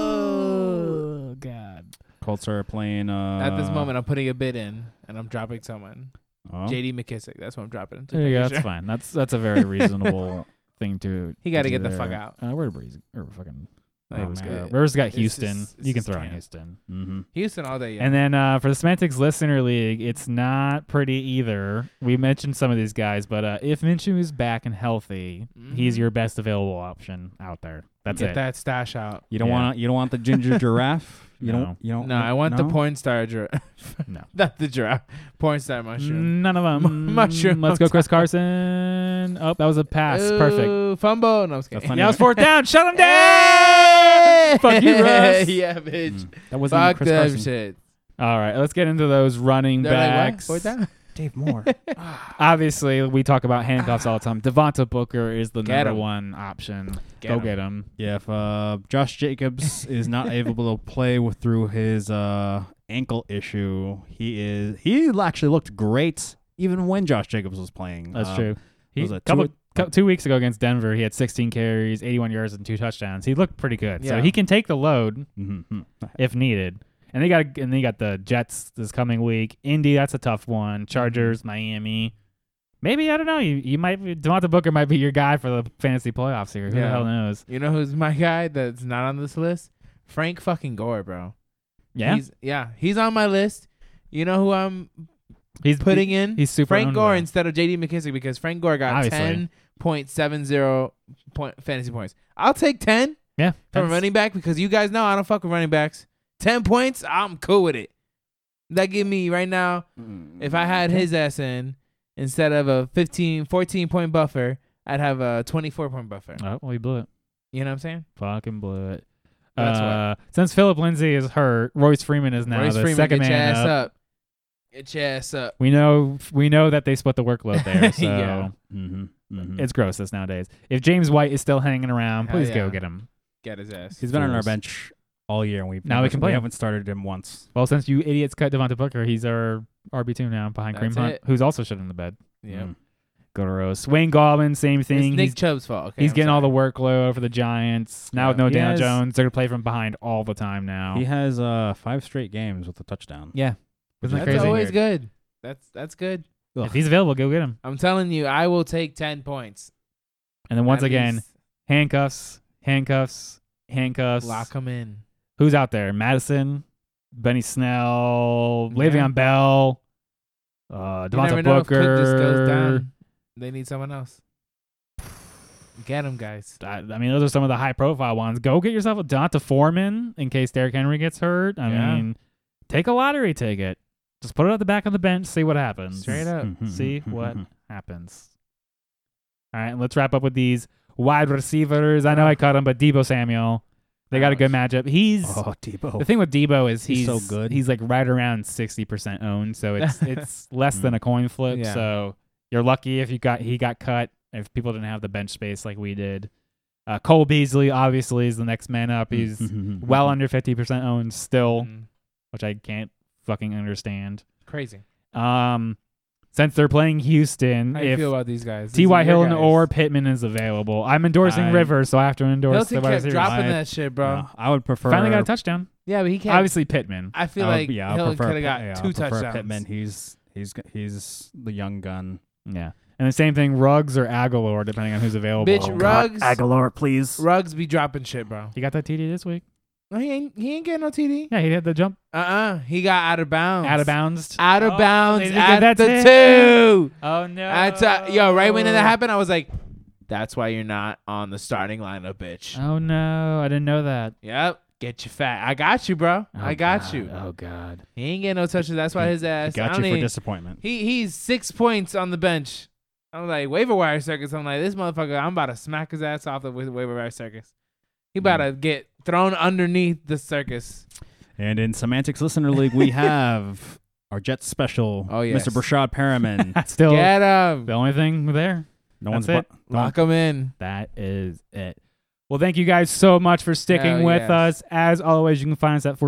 Oh, God.
Colts are playing. Uh,
At this moment, I'm putting a bid in and I'm dropping someone.
oh.
J.D. McKissick. That's what I'm dropping. Just
There you
making
go.
sure.
That's fine. That's that's a very <laughs> reasonable thing to.
He got
to
to
do
get the fuck
there.
out.
Uh, where did Breeze? Or fucking
Like,
Rivers
man.
go? Rivers got
it's
Houston.
just- it's
you can
just
throw in
camp.
Houston.
Mm-hmm.
Houston all day. Yeah.
And then uh, for the Semantics Listener League, it's not pretty either. We mentioned some of these guys, but uh, if Minshew is back and healthy, he's
Mhm.
your best available option out there. That's
Mm-hmm. get
it.
that stash out.
You don't
Yeah.
want you don't want
<laughs>
the ginger giraffe. You
No.
don't. You don't.
No, I want the
no?
porn star
<laughs>
giraffe.
No.
Not the giraffe. Porn star mushroom.
None
<laughs>
of them.
M- mushroom
Let's go, Chris
<laughs>
Carson. Oh, that was a pass.
Uh,
Perfect.
Ooh, Fumble. No, I'm just
That's
kidding.
not
That was
even-
fourth <laughs> down. Shut him down.
Hey!
Fuck you, Russ.
<laughs> yeah, bitch.
Mm. That wasn't even
Fuck
Chris
that
Carson.
shit.
All right, let's get into those running
They're like, what?
backs.
Fourth down?
Dave Moore.
<sighs> Obviously, we talk about handcuffs all the time. Devonta Booker is the
Get
number
him.
one option. <laughs>
Get
Go
him.
get him.
<laughs> yeah. If uh, Josh Jacobs is <laughs> not able to play with through his uh, ankle issue, he is. He actually looked great even when Josh Jacobs was playing.
That's
Uh,
true. He
was it
couple,
two-
cou- two weeks ago against Denver, he had 16 carries, 81 yards, and two touchdowns. He looked pretty good, so
Yeah.
he can take the load
mhm, mhm.
if needed. And they got and they got the Jets this coming week. Indy, that's a tough
Mm-hmm.
one. Chargers, Miami. Maybe I don't know. You, you might be, Devonta Booker might be your guy for the fantasy playoffs here. Who the
Yeah.
hell knows?
You know who's my guy that's not on this list? Frank fucking Gore, bro.
Yeah, he's,
He's, yeah, he's on my list. You know who I'm putting in?
he's super
Frank
owned
Gore
though.
instead of JD McKissick because Frank Gore got
Obviously.
10.70 point fantasy points. I'll take 10
Yeah,
from a
that's-
running back because you guys know I don't fuck with running backs. 10 points, I'm cool with it. That give me right now Mm-hmm. if I had his ass in instead of a 15 14 point buffer, I'd have a 24 point buffer.
Oh, well, he blew it.
You know what I'm saying?
Fucking blew it.
That's
uh, Since Philip Lindsay is hurt, Royce Freeman is now
Royce
the
Freeman,
second
get your
man
ass
up.
up. Itch ass up.
We know we know that they split the workload
<laughs>
there, so
Yeah.
Mm-hmm. Mm-hmm.
it's gross this nowadays. If James White is still hanging around,
Hell
please
yeah.
go get him.
Get his ass.
He's been on our
Fools.
bench all year, and we've
Now we
never-
can play him.
haven't started him once.
Well, since you idiots cut Devonta Booker, he's our RB two now behind
That's
Kareem Hunt,
it.
who's also shit in the bed.
Yeah.
Mm.
Go to Rose. Wayne Goblin, same
It's
thing.
Nick
he's
Chubb's fault. Okay,
he's
I'm
getting all the
sorry.
workload for the Giants. Now with
Yeah.
no
He
Daniel
has-
Jones, they're gonna play from behind all the time now.
He has uh five straight games with a touchdown.
Yeah.
Which
Isn't
is
that
That's
crazy?
always good. That's that's good.
If he's available, go get him.
I'm telling you, I will take ten points.
And then once
At
again,
least
handcuffs, handcuffs, handcuffs.
lock him in.
Who's out there? Madison, Benny Snell,
Yeah.
Le'Veon Bell, uh,
You never
Devonta
know if Cook just goes
Booker.
down. They need someone else. Get him, guys.
I, I mean, those are some of the high profile ones. Go get yourself a Donta Foreman in case Derrick Henry gets hurt. I
Yeah.
mean, take a lottery ticket. Just put it at the back of the bench, see what happens.
Straight up.
Mm-hmm,
See what happens. All right, and let's wrap up with these wide receivers. I know I caught him, but Debo Samuel, they got a good matchup. He's
Oh, Debo.
the thing with Debo is he's,
He's so good.
He's like right around sixty percent owned, so
<laughs>
it's it's less than a coin flip.
Yeah.
So you're lucky if you got he got cut if people didn't have the bench space like we did. Uh, Cole Beasley obviously is the next man up. <laughs> He's
Mm-hmm.
Mhm.
well under fifty percent owned still,
Mm.
which I can't fucking understand.
Crazy.
Um, since they're playing Houston,
How do you
if
feel about these guys? These are
T.Y.
your
Hilton
guys.
or Pittman is available, I'm endorsing
I-
Rivers, so I have to endorse
Hilton
the wide
kept
receivers.
dropping
I-
that shit, bro.
No, I would prefer.
Finally got a touchdown.
Yeah, but he can't.
Obviously Pittman.
I feel
I would-
like
yeah, I
Hilton
prefer
could have got
Pitt- yeah, I
two
prefer
touchdowns.
Pittman. He's he's g- he's the young gun.
Yeah. And the same thing, Ruggs or Aguilar, depending on who's available. Oh,
Bitch, Ruggs.
Aguilar, please.
Ruggs be dropping shit, bro.
He got that TD this week.
No, he ain't. He ain't getting no TD.
Yeah, he had the jump
Uh uh He got out of bounds.
out of bounds.
Out of
Oh, they
bounds
didn't get
at
that
the
tip.
two.
Oh no!
I t- yo, right when
Oh.
that happened, I was like, "That's why you're not on the starting lineup, bitch."
Oh no! I didn't know that.
Yep. Get you fat. I got you, bro. I
Oh,
got
God.
you.
Oh god. <laughs>
He ain't getting no touches. That's why his ass. I
Got
don't
you for
even-
disappointment.
He he's six points on the bench. I'm like waiver wire circus. I'm like this motherfucker. I'm about to smack his ass off the wa- waiver wire circus. He about to get thrown underneath the circus.
And in Semantics Listener League,
<laughs>
we have our Jets special.
Oh, yes.
Mr. Brashad
<laughs>
Perriman.
Still,
Get him.
the only thing there.
No
That's
one's
it.
bu- no one-
Lock him in.
That is it. Well, thank you guys so much for sticking
Hell
with
yes.
us. As always, you can find us at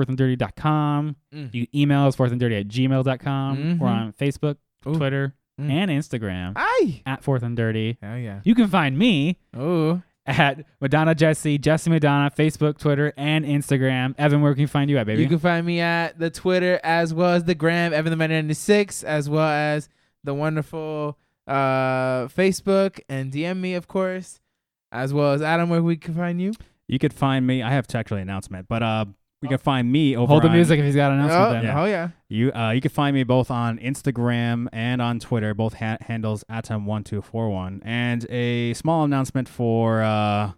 fourthanddirty.com.
Mm.
You can email us fourthanddirty at gmail.com. We're
Mhm.
on Facebook,
Ooh.
Twitter,
Mm.
and Instagram
Aye.
at fourthanddirty.
Hell yeah.
You can find me
Ooh.
at Madonna Jesse, Jesse Madonna, Facebook, Twitter, and Instagram. Evan, where can we find you at, baby?
You can find me at the Twitter as well as the gram, Evan the Man 96, as well as the wonderful uh Facebook and DM me, of course. As well as Adam, where we can find you.
You could find me. I have to actually announce it, but uh, you can find me over.
Hold the
on-
music if he's got an announcement.
oh,
then.
oh yeah.
You uh, you can find me both on Instagram and on Twitter, both ha- handles atom1241, and a small announcement for uh,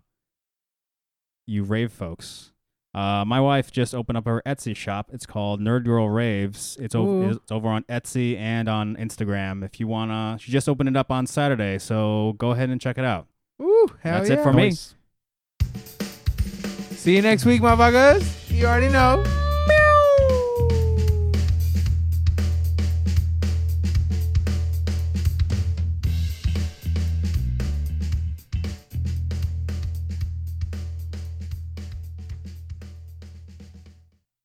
you rave folks. Uh, my wife just opened up her Etsy shop. It's called Nerd Girl Raves. It's,
Ooh.
o- it's over on Etsy and on Instagram. If you wanna, she just opened it up on Saturday, so go ahead and check it out.
Ooh, hell
That's
yeah.
it for me.
See you next week, motherfuckers. You already know.